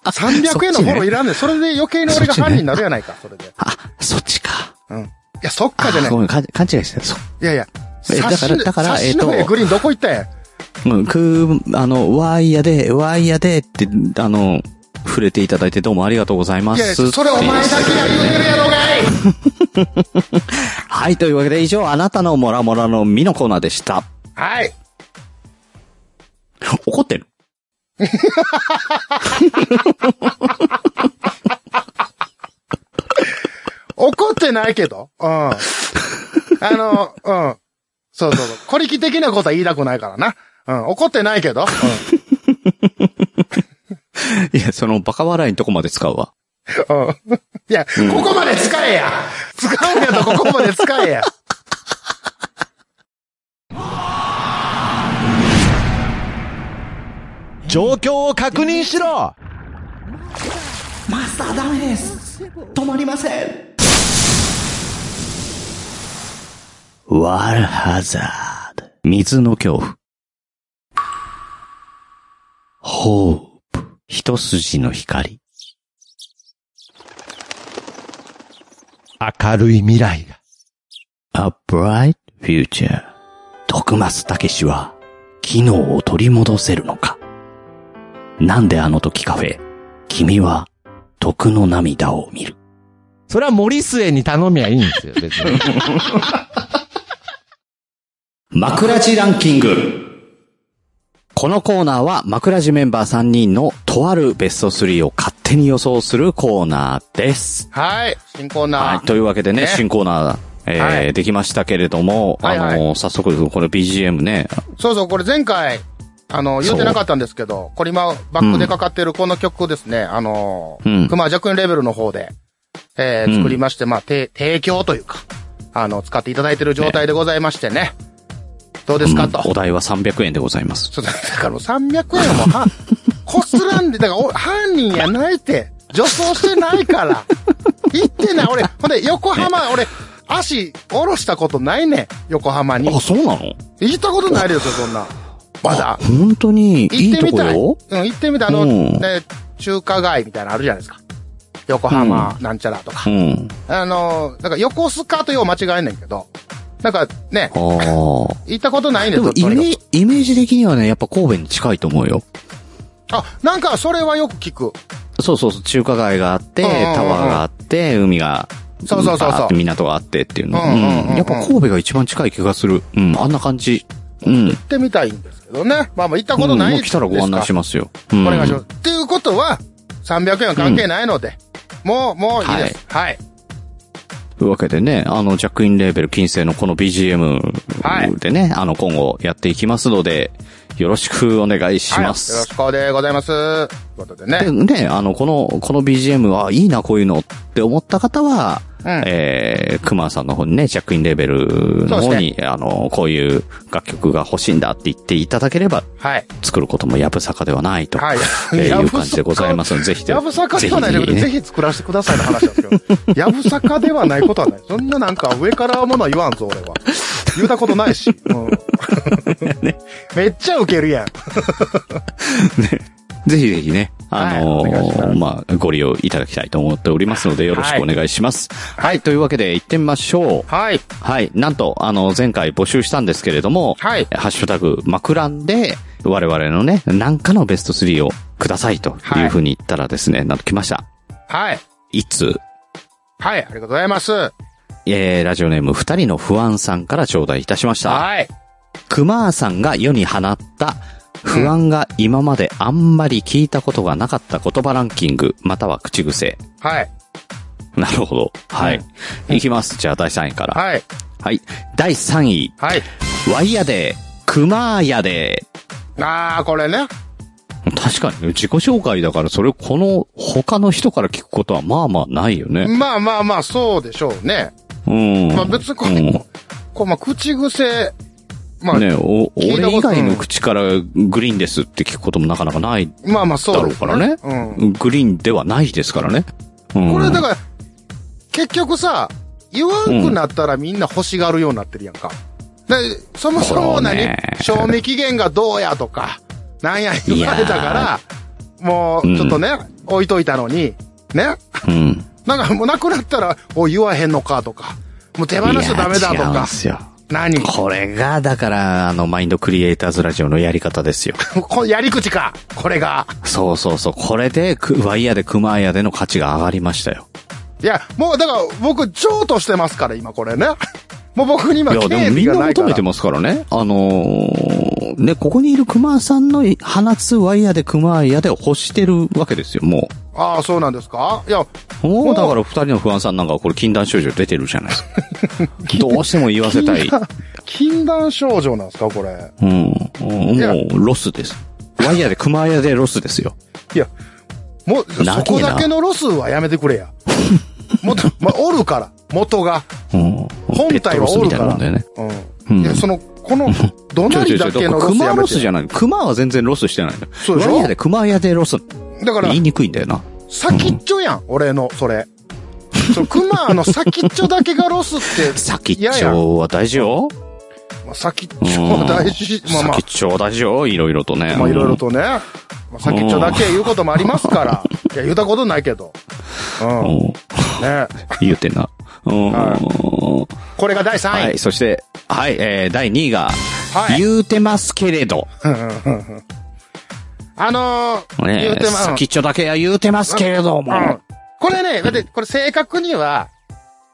300円のフォローいらんねん。それで余計に俺が犯人になるやないか、それで。 <laughs> あ、そっちか。うん。いや、そっあかじゃない。ごいめん、かん勘違いしてた。そう。やいや。えだから察しのだから察しのえっと上グリーンどこ行ったんやうん、くあの、ワイヤで、ワイヤでって、あの、触れていただいてどうもありがとうございまいや、す。それお前だけが言うてるやろうがいはい、というわけで以上、あなたのモラモラのみのコーナーでした。はい。怒ってる怒ってないけど。 <laughs> うん。あの、うん。そうそうそう。小力的なことは言いたくないからな。うん。怒ってないけど。いや、そのバカ笑いのとこまで使うわ。うん。うん。いや、ここまで使えや使うけど、ここまで使えや状況を確認しろワールハザード。水の恐怖。ホープ。一筋の光。明るい未来が。 A bright future. 徳松武氏は、機能を取り戻せるのかなんであの時カフェ、君は、徳の涙を見る。それは森末に頼みゃいいんですよ、別に。枕地ランキング。このコーナーは枕地メンバー3人のとあるベスト3を勝手に予想するコーナーです。はい。新コーナー。はい。というわけでね、ね新コーナー、えーはいできましたけれども、はいはいあのー早速、この BGM ね、そうそう、これ前回、あの、言ってなかったんですけど、これ今、バックでかかってるこの曲ですね、あの、うん熊弱レベルの方で、えーうん作りまして、まあ、て、提供というか、あの、使っていただいてる状態でございましてね。どうですかと。うんお題は300円でございます。ちょっと、だからもう300円もは、 <laughs> こすらんで、だからお犯人やないって、女装してな <laughs> いから。言ってない、俺。ほんで、横浜、俺、足、下ろしたことないねん。横浜にあ、。そうなの行ったことないですよ、そんな。まだ。本当に、いい行ってとみこたい。ようん、行ってみたい。あの、うんね、中華街みたいなのあるじゃないですか。横浜、なんちゃらとうか。ん。あの、なんか横須賀とよう間違えんねんけど。なんかね、ああ。行ったことないねでんもとイとメにージ、イメージ的にはね、やっぱ神戸に近いと思うよ。かくあ、なんかそれはよく聞く。そうそうそう、中華街があって、うんうんうんタワーがあって、海が、そうそうそうそうあって港があってっていうの。うんうんうんうんやっぱ神戸が一番近い気がする。うん、あんな感じ。うん。行ってみたいんですけどね。まあまあ行ったことうんないもうです来かたららご案内しますよ。うんお願いします。っていうことは、300円は関係ないので、もう、もういいです。はい。というわけでね、あの、ジャックインレーベル金星のこの BGM でね、あの、今後やっていきますので、よろしくお願いしはいよまろす。しくおでございます。ということでね。で、ね、あの、この、この BGM は、いいな、こういうのって思った方は、うんえー、クマさんの方にね、ジャックインレーベルのそう方でに、あの、こういう楽曲が欲しいんだって言っていただければ、はい。作ることもやぶさかではないと、はいえーやいうぶさか感じでございますので、ぜひと、やぶさかではないということで、ぜね、ひ作らせてくださいの話なんですけど。やぶさかではないことはない。そんななんか上からものは言わんぞ、俺は。言うたことないし。 <laughs> うん、めっちゃウケるやん。 <laughs> ぜひぜひね、あのはいお願いしますまあ、ご利用いただきたいと思っておりますので、よろしくお願いします。はい、というわけで、行ってみましょう。はい。 <laughs> はい。なんと、あの、前回募集したんですけれども、はいハッシュタグ、マクランで、我々のね、なんかのベスト3をくださいとはいいうふうに言ったらですね、なんと来ました。はい。いつ、はい。ありがとうございます。はえー、ラジオネーム二人の不安さんから頂戴いたしました。い。クマーさんが世に放った、不安が今まであんまり聞いたことがなかった言葉ランキング、または口癖。はい。なるほど。はい。いきます。じゃあ第3位から。はい。はい。第3位、はい。ワイヤで、クマーヤで、あー、これね。確かにね、自己紹介だから、それをこの他の人から聞くことはまあまあないよね。まあまあまあ、そうでしょうね。うん。まあ別にこれうんも、こう、まあ口癖、まあ、ねお、聞いたこと俺以外の口からグリーンですって聞くこともなかなかないまあまあだそうろでうすからね。うん。グリーンではないですからね。うん、これだから、結局さ、言わんくなったらみんな欲しがるようになってるやんか。で、そもそも何、そうね賞味期限がどうやとか、なんや言われたから、もう、ちょっとね、置いといたのに、ね、うん。なんかもうなくなったら、おい、言わへんのかとか、もう手放しちゃダメだといや違うんかで、すよ。何これが、だから、あの、マインドクリエイターズラジオのやり方ですよ。こやり口か、これが。そうそうそう。これで、くワイヤで、クマーヤでの価値が上がりましたよ。いや、もうだから僕、譲渡してますから、今これね。もう僕に今、いや、敬でもみ意んがなない求からめてますからね。あのーね、ここにいる熊さんの放つワイヤーで熊ヤで欲してるわけですよ、もああ、そうなんですかいや、う。ももううだから二人の不安さんなんかはこれ禁断症状出てるじゃないですか。 <laughs> どうしても言わせたい禁。断。禁断症状なんですか、これ。うん。うんいやもう、ロスです。ワイヤーで熊ヤでロスですよ。いや、もう、そ長えなこだけのロスはやめてくれ <laughs> や。もっと、まあ、おるから、元が。うん。本体はおペるットロスみたいなかもら。んだよね。ううんん。いや、その、この、どちなょちりょちだょ、けのロス熊やめロスじて。ゃない。熊は全然ロスしてないんだそうでしょワイヤーで熊ヤでロス。だから言い、にくいんだよな。先っちょやん、俺の、それ。そう、熊の先っちょだけがロスっ <laughs> て。先っいやいちやょは大事よ。まあ先っちょは大事。まあま先っちょ大事よ、いろいろとね。 <laughs> あ、まあいろいろとね。まあ先っちょだけ言うこともありますから。いや、言うたことないけど。ううん。ん。うんね言ってんな。うん。はこれが第3位。い、そして、はい、えー、第2位が、はい言うてますけれど。あのー、ね言うてま先っちょだけは言うてますけれども。うんこれね、だって、これ正確には、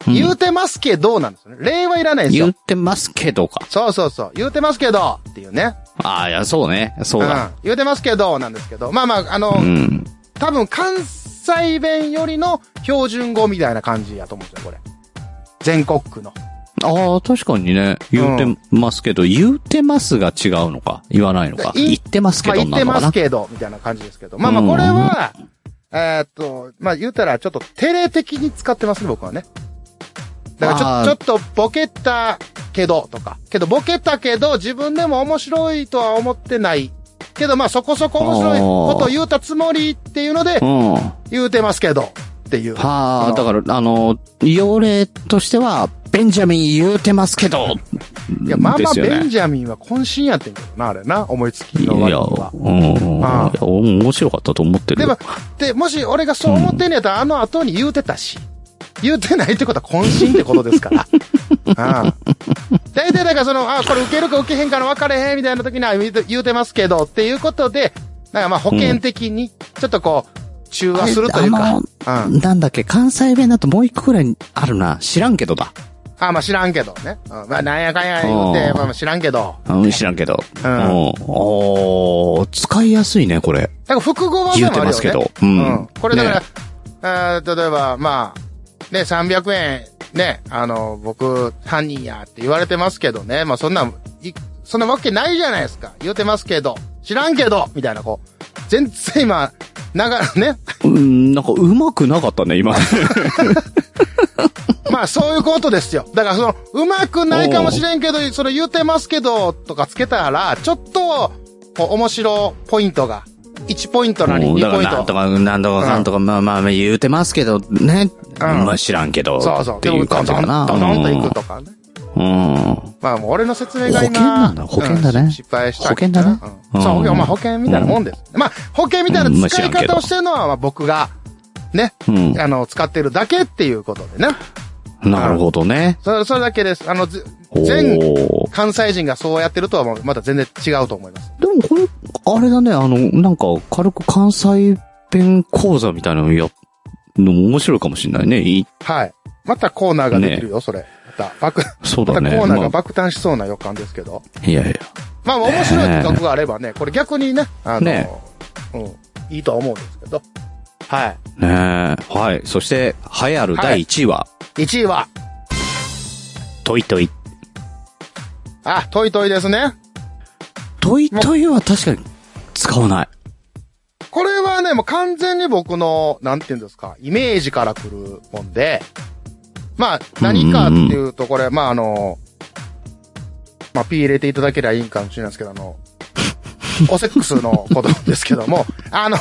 うん言うてますけどなんですよね。例はいらないんです言よう。てますけどか。そうそうそう。言うてますけどっていうね。ああ、いや、そうね。そううんだ。。言うてますけどなんですけど。まあまあ、あの、うん。多分関西弁よりの標準語みたいな感じやと思うんですよ、これ。全国区の。ああ、確かにね。言うてますけど、言うてますが違うのか。言わないのか。い言ってますけまあど言っなてのかますな。けど、みたいな感じですけど。まあまあ、うんこれは、えーっと、まあ言うたらちょっと照れ的に使ってますね、僕はね。だあかーらちょ、ちょっとボケたけどとか。けどボケたけど自分でも面白いとは思ってない。けどまあそこそこ面白いことを言うたつもりっていうのでうん。言うてますけどっていう。はあ、そだのから、あの、用例としては、ベンジャミン言うてますけど、いや、まあまであすよねベンジャミンは渾身やってんけどな、あれな。思いつきいや、のうん、い割にやは。面白かったと思ってるでよも。、で、もし俺がそう思ってんねやったら、あの後に言うてたし。言うてないってことは渾身ってことです <laughs> から。ああ大体だからその、ああ、これ受けるか受けへんから分かれへんみたいな時には言うて言うてますけどっていうことで、なんかまあ保険的に、ちょっとこう、中和するというか。あのうんなんだっけ、関西弁だともう一個ぐらいあるな。知らんけどだ。ああ、まあ知らんけどね。うんまあなんやかんや言うて、うんまあまあ知らんけど。うん、知らんけど。ううんん。おー使いやすいね、これ。だから複合技もあるよ言ね。うてますけどうんこれだから、ねあー例えば、まあ、ね、300円、ね、あの、僕、犯人やって言われてますけどね、まあそんなん、いそんなわけないじゃないですか。言うてますけど、知らんけど、みたいな、こう。全然今、ながらね、 <laughs> うん、なんかうまくなかったね、今。まあそういうことですよ。だからその、うまくないかもしれんけど、その言うてますけど、とかつけたら、ちょっと、こう面白ポイントが、1ポイントなりもうだ2かポイらンなんとト。か、なんとか、なんとか、まあまあまあ言うてますけど、ね。まあ知らんけど。そうそう。っていう感じかな。ドドンドンと行くとかね。うん。うんまあもう俺の説明が今。保険なんだ保険だねうん失敗した。保険だねうんうんそう、保険、まあ保険みたいなもんです。まあ保険みたいな使いうんまあ知らんけ方どをしてるのは、まあ僕が、ね、うんあの、使ってるだけっていうことでね。なるほどね。それ、それだけです。あの、ずおー全で関西人がそうやってるとはもうまた全然違うと思います。もこれ、あれだね、あの、なんか、軽く関西弁講座みたいなのや、のも面白いかもしれないね。いはい。またコーナーができるよ、それ。また、爆、そうだまたね。コーナーがま爆誕しそうな予感ですけど。あ、いやいや。まあ、面白い企画があればね、これ逆にね、あの、ねうん、いいとは思うんですけど。はねえ。はい。そして、流行る第1位は、い。1位は、トイトイ。あ、トイトイですね。トイトイは確かに使わない。これはね、もう完全に僕の、なんていうんですか、イメージから来るもんで、まあ、何かっていうと、これ、まああの、まあ、P 入れていただければいいんかもしれないですけど、あ <laughs> の、おセックスのことですけども、あの、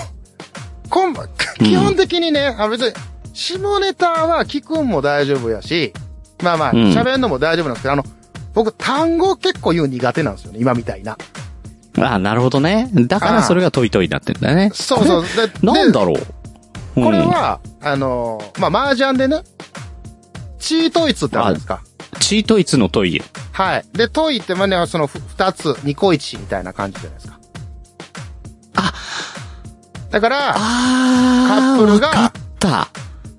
こん基本的にね、あの別に、下ネタは聞くんも大丈夫やし、まあまあ、うん喋んのも大丈夫なんですけど、あの、僕、単語結構言う苦手なんですよね、今みたいな。ああ、なるほどね。だかああらそれがトイトイになってんだね。そうそう。ででなんだろう。これうん、は、あのーまあ、麻雀でね、チートイツってあるんですか。チートイツのトイレ。はい。で、トイってまあね、そのふ二つ、二個一みたいな感じじゃないですか。あだから、あカップルがわかった。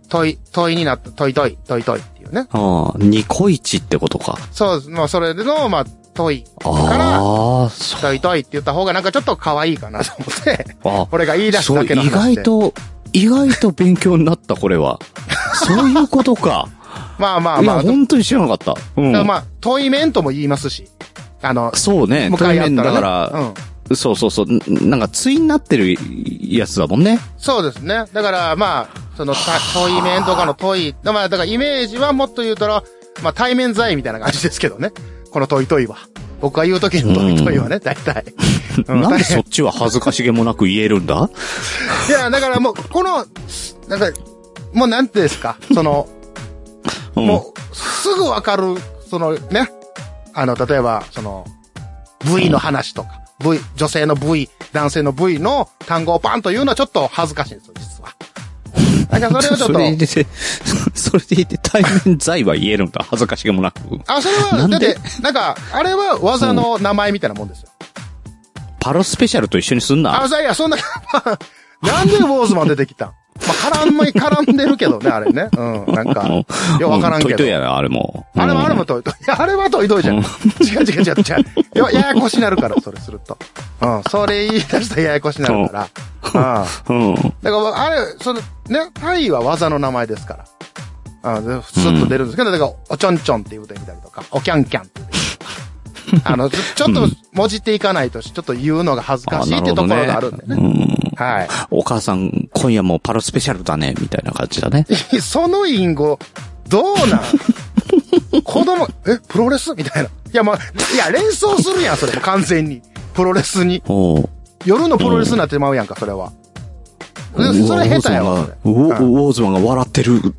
トイ、トイになった、トイトイ、トイトイっていうね。うん。ニコイチってことか。そうです、まあ、それでの、まあ、トイから、ああ、そう。トイトイって言った方がなんかちょっと可愛いかなと思って、 <laughs> あ俺が言い出したそう、だ意けの話外で。と、意外と勉強になった、これ <laughs> は。そういうことか。まあ <laughs> まあいまや、あ、だか本当に知らなかった。うん。らまあ、トイメンとも言いますし、あの、そうね。向かい合ったら、ね、対面だから、うん。そうそうそう。んなんか、対になってるやつだもんね。そうですね。だから、まあ、その、た遠い面とかの遠い、まあ、だからイメージはもっと言うたら、まあ、対面在みたいな感じですけどね。この遠い遠いは。僕が言うときの遠い遠いはね、大体。うん <laughs> なんでそっちは恥ずかしげもなく言えるんだいや、だからもう、この、なんか、もうなんてですか、その、うん。もう、すぐわかる、そのね、あの、例えば、その、V の話とか、V、女性の V、男性の V の単語をパンと言うのはちょっと恥ずかしいんですよ、<laughs> 実は。だからそれをちょっそと、れで、 <laughs> それでいて対面罪は言えるんだ。恥ずかしげもなく。あ、それは、だなっんでて、なんか、あれは技の名前みたいなもんですよ。パロスペシャルと一緒にすんあ、な。そういや、そんな、 <laughs> なんでウォーズマン出てきたんまあ、絡んま、絡んでるけどね、あれね。うん、なんか、ようわからんトけイトイど。やな、あれも。あうれんも、あれも遠いと、いや、あれは遠いといじゃん。う違んう違う違う違う。よややこしなるから、それすると。うん、それ言い出したらややこしなるから。うん。うん。だから、あれ、その、ね、タイは技の名前ですから。うん、でスッと出るんですけど、だから、おちょんちょんって言うてみたりとか、おキャンキャンって言うてみたりとかあ <laughs> の、ちょちょっと、もじっていかないとし、ちょっと言うのが恥ずかしいっていうところがあるんでね。はいお母さん、今夜もパロスペシャルだね、みたいな感じだね。いや。その隠語、どうなん <laughs> 子供、え、プロレスみたいな。いや、まあ、いや、連想するやん、それも完全に。プロレスに。おう夜のプロレスになってまうやんか、それは。ウォでそれー下ズ手マやンがウ。わォウォーズマンが笑ってる。い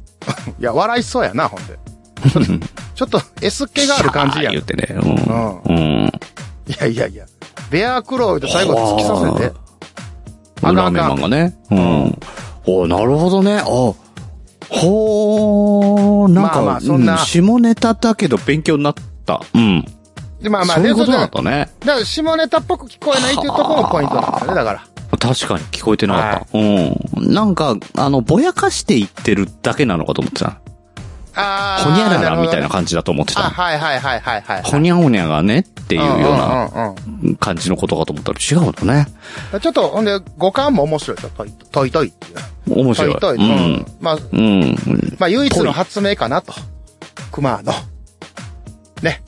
や、笑いそうやな、ほんで。 <laughs> ちょっと、S 気がある感じやん。シいャー言うてね。うん。うん。やいやいや。ベアクローで最後突き刺せて。あかんあかラーんメンマンがね。うん。おなるほどね。あほー、なんまあまか、あそんなうん下ネタだけど勉強になった。うん。で、まあまあ、そういうことでなんだそね。れでだから、下ネタっぽく聞こえないっていうところもポイントなんですよね、だから。確かに聞こえてなかった。うん。なんか、あの、ぼやかしていってるだけなのかと思ってた。あーほにゃらるらほどみたいな感じだと思ってた。あ、はいはいはいはいはい。ほにゃほにゃがねっていうようなうんうんうん感じのことかと思ったら違うのね。うんちょっと、ほんで、五感も面白いですよ。トイトイトイってい面う。ト白いイ。トイ。ううんん。。まあ、うん。まあ、唯一の発明かなと。熊の。 <laughs> ね。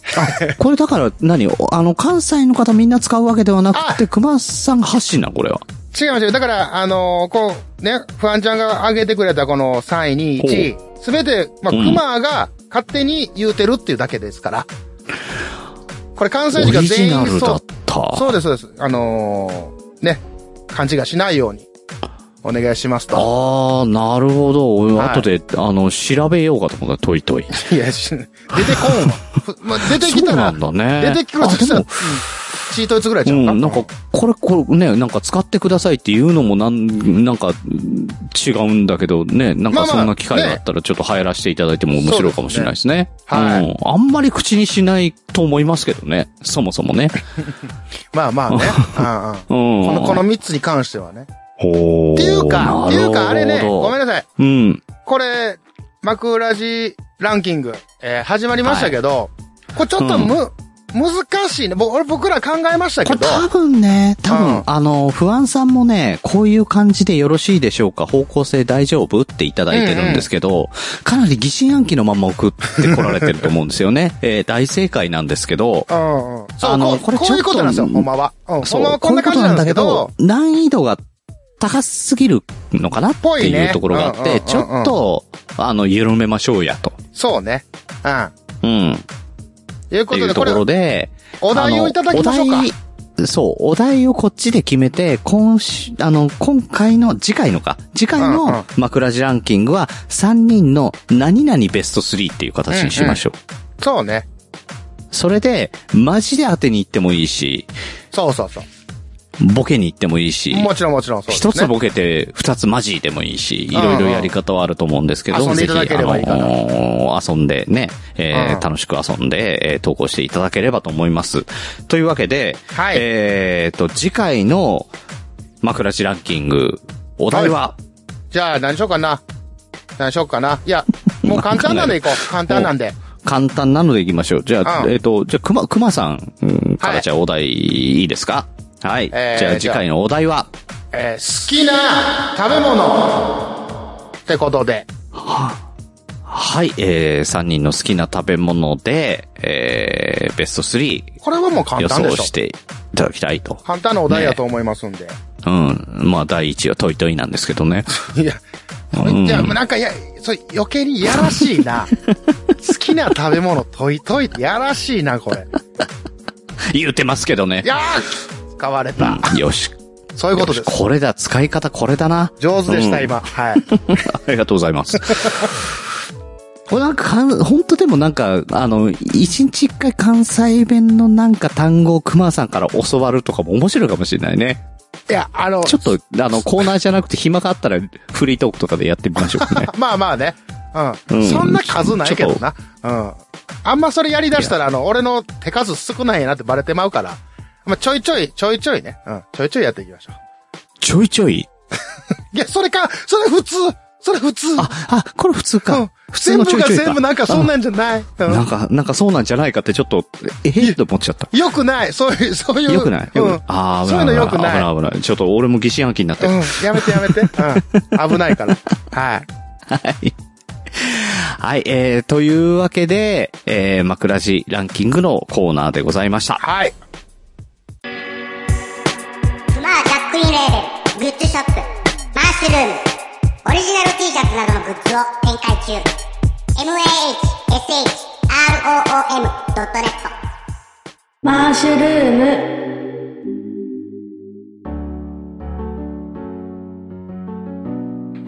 これだから何、あの、関西の方みんな使うわけではなくて、熊さん発信な、これは。違いますよ。だから、あのーこう、ね、ファンちゃんが挙げてくれたこの3位、2位、1位、すべて、まあ、うんクマが勝手に言うてるっていうだけですから。これ関西オ人がリジ全ナ員ルそだうっ。た。そうです、そうです。あのーね、勘違いしないように、お願いしますと。ああ、なるほど。俺はい後で、あの、調べようかと思った。トイトイ。いや、し出てこんわ。ふまあ、出てきたら、そうなんだ出ね。てきたら、あでしたら、うもんチートイツぐらいちゃううか。ん、なんか、これ、これね、なんか使ってくださいっていうのもなん、なんか、うん違うんだけどね、なんまあかまあそんな機会があったらちょっと流行らせていただいても面白いかもしれないですね。そうですねはいうん。あんまり口にしないと思いますけどね。そもそもね。まあまあね。うんうん。うん。この、この3つに関してはね。ほーっていうか、っていうか、あれね、ごめんななさい。るほどうん。これ、枕地ランキング、えー始まりましたけど、これちょっとむ、難しいね。ぼ俺僕ら考えましたこけれど、多分ね、多分、うんあの、不安さんもね、こういう感じでよろしいでしょうか方向性大丈夫っていただいてるんですけど、かなり疑心暗鬼のまま送ってこられてると思うんですよね。 <laughs> えー大正解なんですけど、うんうん。そう、あのこうこれちょっことういうことなんですよ、ほんまは。うん、ほんまはこんな感じなんですけどこ、ういうことなんだけど難易度が高すぎるのかなってぽいいねうところがあって、うんうんうんうんちょっと、あの、緩めましょうやと。そうね。うん。うん。っというこてというで、とここれ、ろで、お題をいただきましょうあかの。お題そう、お題をこっちで決めて、今週、あの、今回の、次回のか、次回うんうんの枕地ランキングは、3人の何々ベスト3っていう形にしましょう。そうね。それで、マジで当てに行ってもいいし、そうそうそう。ボケに行ってもいいし、もちろんもちろんそうです、一ね。つボケて、二つマジでもいいし、いんうんろいろやり方はあると思うんですけど、遊んでいぜひ、たあだければいいかなのー遊んでね、えーうん楽しく遊んで、えー投稿していただければと思います。というわけで、はいえーと、次回の枕地ランキング、お題は、じゃあ、何しようかな。何しようかな。<laughs> いや、もう簡単なんでいこう。簡単なんで。簡単なのでいきましょう。じゃあ、うんえっ、と、じゃあ、熊、熊さんうんかはらいじゃあお題いいですかはい。えーじゃあ、次回のお題は、えー好きな食べ物ってことで。はい、えー、3人の好きな食べ物で、えー、ベスト3、これはもう簡予単で想しょし。ていただきたいと。簡単なお題やと思いますんで。うん。まあ、第一はトイトイなんですけどね。 <laughs> いや、それじゃあ、なんか、いや、それ余計にやらしい <laughs> な。好きな食べ物、といといって、やらしいな、これ。言うてますけどねい。やー使われた。うん、よし。そういうことでよしす。これだ、使い方これだ <laughs> な。上手でした、うん今。はい。ありがとうございます。 <laughs> これなんかかん、本当でもなんか、あの、一日一回関西弁のなんか単語を熊さんから教わるとかも面白いかもしれないね。いや、あの、ちょっと、あの、コーナーじゃなくて暇があったらフリートークとかでやってみましょうかね。まあまあね。う。うんんそんな数ないけどな。うん。あんまそれやりだしたら、あの、俺の手数少ないなってバレてまうから。まあ、ちょいちょい、ちょいちょいね。うん。ちょいちょいやっていきましょ <laughs> ちょいちょい。う。いや、それか、それ普通それ普通あ、あ、これ普通うかん。普通全の部ちょいがちょいか。全部なんかそんなんじゃない。うんなんか、なんかそうなんじゃないかってちょっと、ええと思っちゃった。よくない。そういう、そういう。よくないよくうないん。ああ、危そういなうい。危のよくない。ない危ない。ちょっと俺も疑心暗鬼になってうる。ん。やめてやめて。うん。危ないから。はい。はい、えー、というわけで、えー、枕地ランキングのコーナーでございました。はい。まあ、ざっくり例で、グッズショップ、マッシュルーム、オリジナル T シャツなどのグッズを展開中。mahshroom.net マッシュルーム。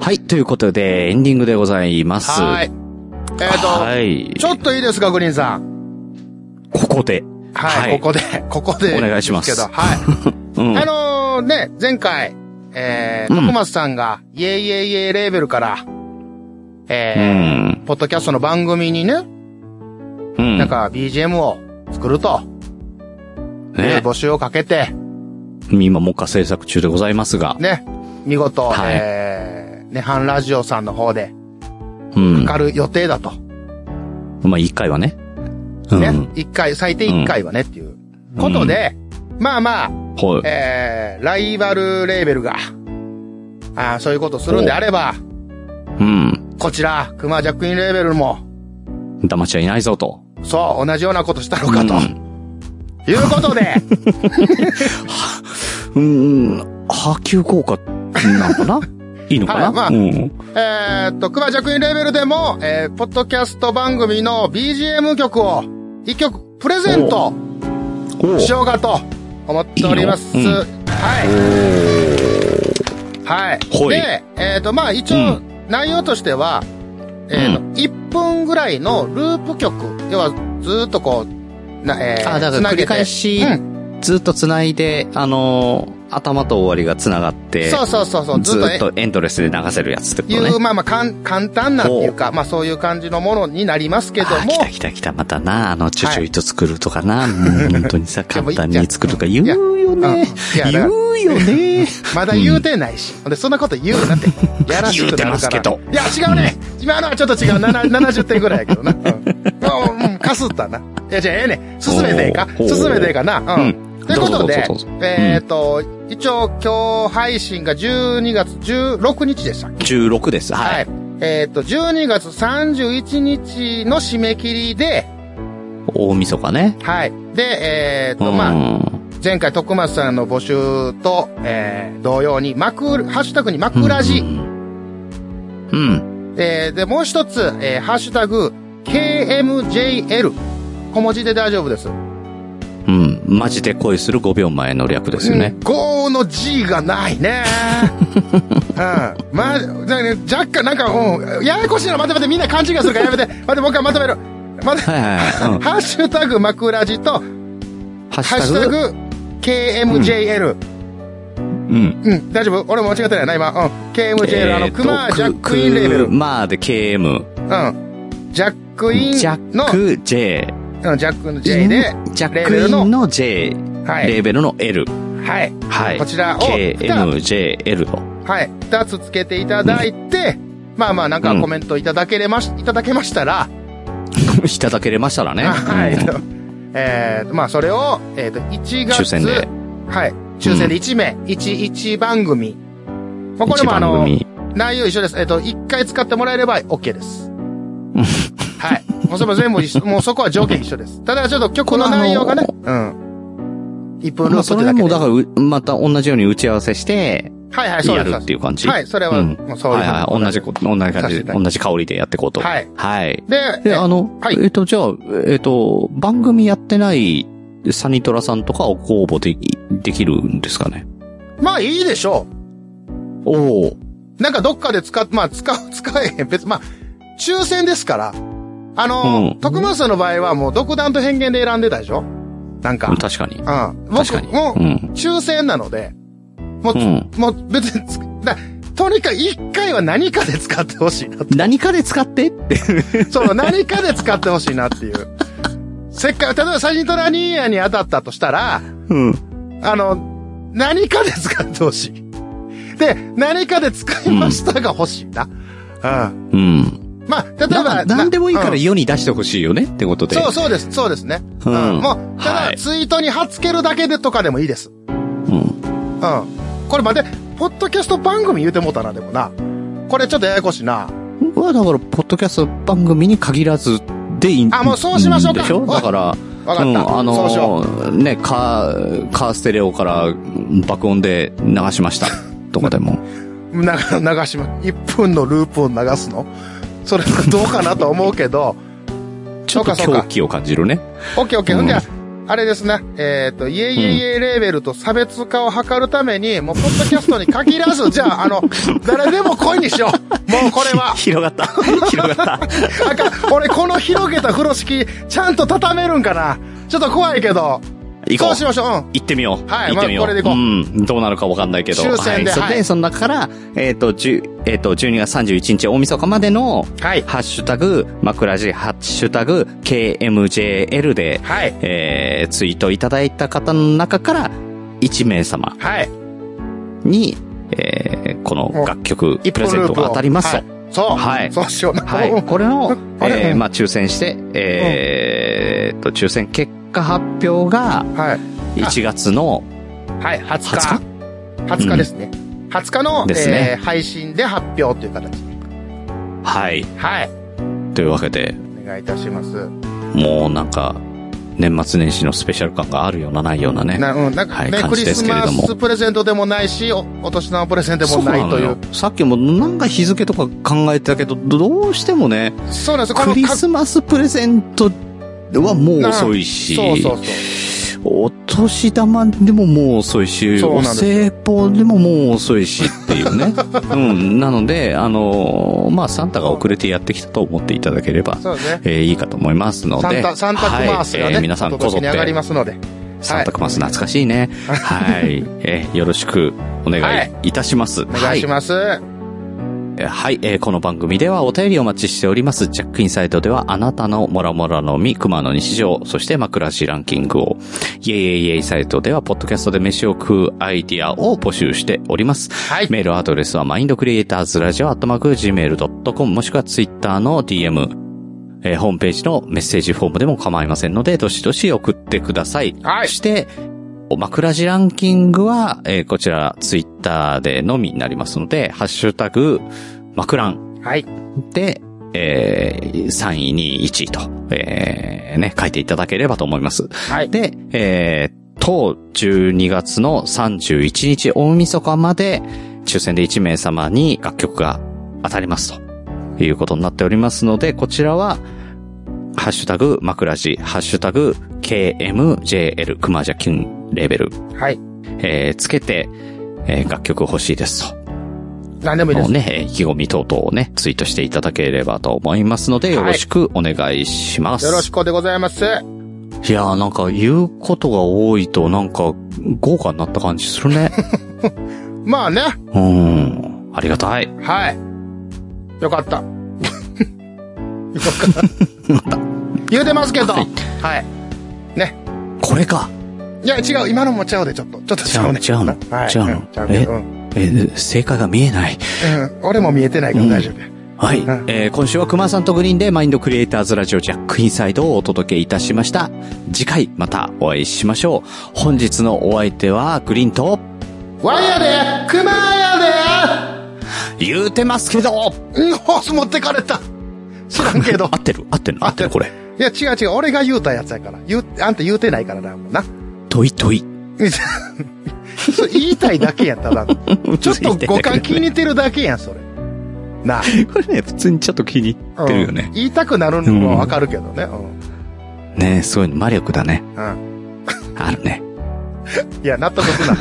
はい、ということで、エンディングでございます。はい。えっ、はと、い。ちょっといいですか、グリーンさん。ここで。はい。ここで、ここで。お願いしますですけど、はい。 <laughs> うんあのー、ね、前回、えー、うん徳松さんが、イエイイエイイエイレーベルから、うえーん。ポッドキャストの番組にね、うん。なん、か BGM を作ると、いうね、募集をかけて、今、目下制作中でございますが。ね、見事、はいえー、ね、ハンラジオさんの方で、うんか。かる予定だと。まあ、一回はね。うん。ね。一回、最低一回はねっていう。ことで、まあまあ、はい。えー、ライバルレーベルが、あーそういうことするんであれば、うん。こちら、クマジャックインレーベルも、騙しちゃいないぞと。そう、同じようなことしたのかと。うんいうことで、 <laughs> うん、うん波及効果なのかないいのかな、 <laughs> はいまあうん。えーっと、クマジャックインレーベルでも、えー、ポッドキャスト番組の BGM 曲を、一曲プレゼントおうしようかと思っております。いいのうはい。はい。ほいで、えーっと、まあ一う応、内容としては、えーっと、う1分ぐらいのループ曲、要はずーっとこう、な、えー、あ、だから繰り返しし、ずっと繋いで、あのー頭と終わりが繋がって、そうそうそうそう、ずずっと、っね、とエントレスで流せるやつってこいとね。う、まあまあ、かん、簡単なっていうか、まあそういう感じのものになりますけどあーも来、た来た来た、またな、あの、ちょちょいと作るとかな、もう本当にさ、簡単に作るとか言うようんいね。や言だからうよね。 <laughs> まだ言うてないし。ほんで、そんなこと言う <laughs> なって。やらしくなるから。言うてますけどいや、違うね。今のはちょっと違う。なな70点ぐらいやけ <laughs> どな。うん。うんうん、かすったな。いや、じゃあええねん。進めてええか。おー進めてええかな。ううんん。ということでどうぞどうぞどうぞ、えっと、一応今日配信が12月16日でしたっけ16です。はい。。えっと、12月31日の締め切りで、大晦日ね。はい。で、えっと、まあ、うん前回徳松さんの募集と、えー、同様に、マク、ハッシュタグにマクラジ、うん。うんえー、で、もう一つ、えー、ハッシュタグ、KMJL、小文字で大丈夫です。うん。マジで恋する5秒前の略ですよね。うん5の G がない <laughs> ね。うん。まあ、だからね若干なんか、うん、ややこしいな、待て待て、みんな勘違いするからやめて。 <laughs> 待って、もう一回まとめる。待て、はいはいはいうんハッシュタグ、マクラジと、ハッシ <laughs> ハッシュュタタグ。グ、KMJL。うん。うん、大丈夫俺も間違ってないな、今。うん。KMJL、あえの、ークマとジャックインレーベル。クマーで KM。うん。ジャックインの、ジャック J。うんジャックの J で、ジャッレーベクルインの、の J。はいレーベルの L。はい。はい。こちらを KMJL と。 <laughs> はい。二つつけていただいて、まあまあなんかコメントいただけれまし、いただけましたら、いただけれましたらね。はいうん。 <laughs> えーと、まあそれを、えっ、と、1月。抽選で。はい。抽選で1名、一一番組。まあこれ一もあ番の、組。内容一緒です。えっ、と、1回使ってもらえれば OK <laughs> です。はい。もうそれも全部一緒、もうそこは条件一緒です。ただちょっと曲の内容が <laughs> ね、うん。1分まルあ、ープそってれだけもで。だからう、また同じように打ち合わせして、はいはい、そうやるです。そうっですていう感じ。はい、それは、うんもうそういうはいふうはい。に同じこと、同じ感させてじいで、ただき同ますじ香りでやっていこうと。はいはい。で、で、あの、はいえっと、じゃあ、えっと、番組やってないサニトラさんとかを公募でき、できるんですかね。まあいいでしょおお。う。なんかどっかで使っ、まあ使う、 <laughs> 使えへん。別、まあ、抽選ですから。あの、うん徳松さんの場合はもう独断と偏見で選んでたでしょなんか。確かに。うん。確かに。もう、うん。抽選なので、もう、うんもう別につ、だとにかく一回は何かで使ってほしいな。何かで使ってって。その何かで使ってほしいなっていう。せっかく、例えばサジトラニーヤに当たったとしたら、うん。あの、何かで使ってほしい。で、何かで使いましたが欲しいな。うん。うん。まあ、例だえかば、ら、何でもいいからいい世に出してほしいよねってことで。そう、そうです、そうですね。うんもう、ただ、はいツイートに貼っつけるだけでとかでもいいです。うん。うん。これ待って、ポッドキャスト番組言うてもうたな、でもな。これちょっとややこしいな。僕はだから、ポッドキャスト番組に限らずでいいんあもうそうしましょうかでしょだから、わわかったあそうしのよーね、カー、カーステレオから爆音で流しました。とかでも。な、流 <laughs> しま、1分のループを流すのそれはどうかなと思うけど、 <laughs> ちょっそうかとそうか狂気を感じるね。オッケーオッケー。うん。ほんで、あれですね、えっ、と、イエイエイエイレーベルと差別化を図るために、もう、ポッドキャストに限らず、じゃあ、あの、誰でも恋にしよう。もうこれは <laughs> 広がった。広がった。あかん。俺、この広げた風呂敷、ちゃんと畳めるんかな。ちょっと怖いけど。行こそううし。ましょう。うん。行ってみよう。はい行ってみよう。。まあこれで行こうんどうなるかわかんないけど。抽選ではい。それはいで、その中から、えっ、と、10、えっ、と、12月31日大晦日までの、はい。ハッシュタグ、枕字、ハッシュタグ、KMJL で、はい。えー、ツイートいただいた方の中から、1名様はい。に、えー、この楽曲、一プレ本ゼンルートプをが当たりますと。そう。はいそうしような。はい。これを、 <laughs> あれえーまあ、抽選して、えーえーっと、抽選結果発表が、はい。 1月のはい、20日。 20 20日ですね。20日の、ですねえー配信で発表という形で。日はい。はい。というわけで、お願いいたします。もうなんか、年末年始のスペシャル感があるようなないようなね。な、うん、なんかはいね、感クじリですスけれどマもスプレゼントでもないし、おお年玉プレゼントでもないという。のよさっきもなんか日付とか考えてたけど、どうしてもね、そうなんですよこのクリスマスプレゼントはもう遅いし、そうそうそう。お年玉でももう遅いし、そうおなんですよ歳暮でももう遅いしっていう <laughs> ね。うん。なので、あのーまあ、サンタが遅れてやってきたと思っていただければ、そうですね。えーいいかと思いますので。サンタ、サンタクマースがはいね、えー皆さんこぞっに上がりて、ますので。サンタクマース懐かしいね。はい。えーよろしくお願はいいいたします。お願いします。えーはい、えーこの番組ではお便りお待ちしております。ジャックインサイドではあなたのモラモラの実、熊の日常、そして枕しランキングを。イェイイェイイェイサイトでは、ポッドキャストで飯を食うアイディアを募集しております。はいメールアドレスは、マインドクリエイターズラジオアットマーク Gmail.com もしくはツイッターの DM、えーホームページのメッセージフォームでも構いませんので、どしどし送ってください。はいそして、枕地ランキングは、えーこちら、ツイッターでのみになりますので、ハッシュタグ、枕んはい。で、えー3位、2位、1位と、えーね、書いていただければと思います。はい。で、えー、当12月の31日大晦日まで、抽選で1名様に楽曲が当たりますということになっておりますので、こちらは、ハッシュタグ、枕地、ハッシュタグ、KMJL、熊じゃキュンレーベル、はい。えーつけて、えー楽曲欲しいですと。何でもいいでのす。ね、えー意気込み等々をね、ツイートしていただければと思いますので、はいよろしくお願いします。よろしくでございます。いやーなんか言うことが多いとなんか豪華になった感じする <laughs> ね。まあね。うん。ありがたい。はい。よかった。よ <laughs> かった。言うてますけど。はいはい。これか。いや、違う。今のもちゃうで、ちょっと。ちょっと違うね。ちゃうのはい。ちゃうのんちゃうけどうんえー、正解が見えない。うん俺も見えてないから大丈夫。はい。んえー今週は熊さんとグリーンでマインドクリエイターズラジオジャックインサイドをお届けいたしました。次回またお会いしましょう。本日のお相手はグリーンとワイヤーで、クマや言うてますけどでうん、ホース持ってかれた。知らんけど合。ってる合ってる合ってるこれ。いや、違う違う。俺が言うたやつやから。言う、あんた言うてないからな、もうな。 <laughs> トイトイ。それ言いたいだけやん、ただ <laughs> の。ちょっと五感気に入ってるだけやん、それ。なあ。これね、普通にちょっと気に入ってるようんね。言いたくなるのもわかるけどね。うん。ねすごい魔力だね。うん。あるね。いや、納得すな。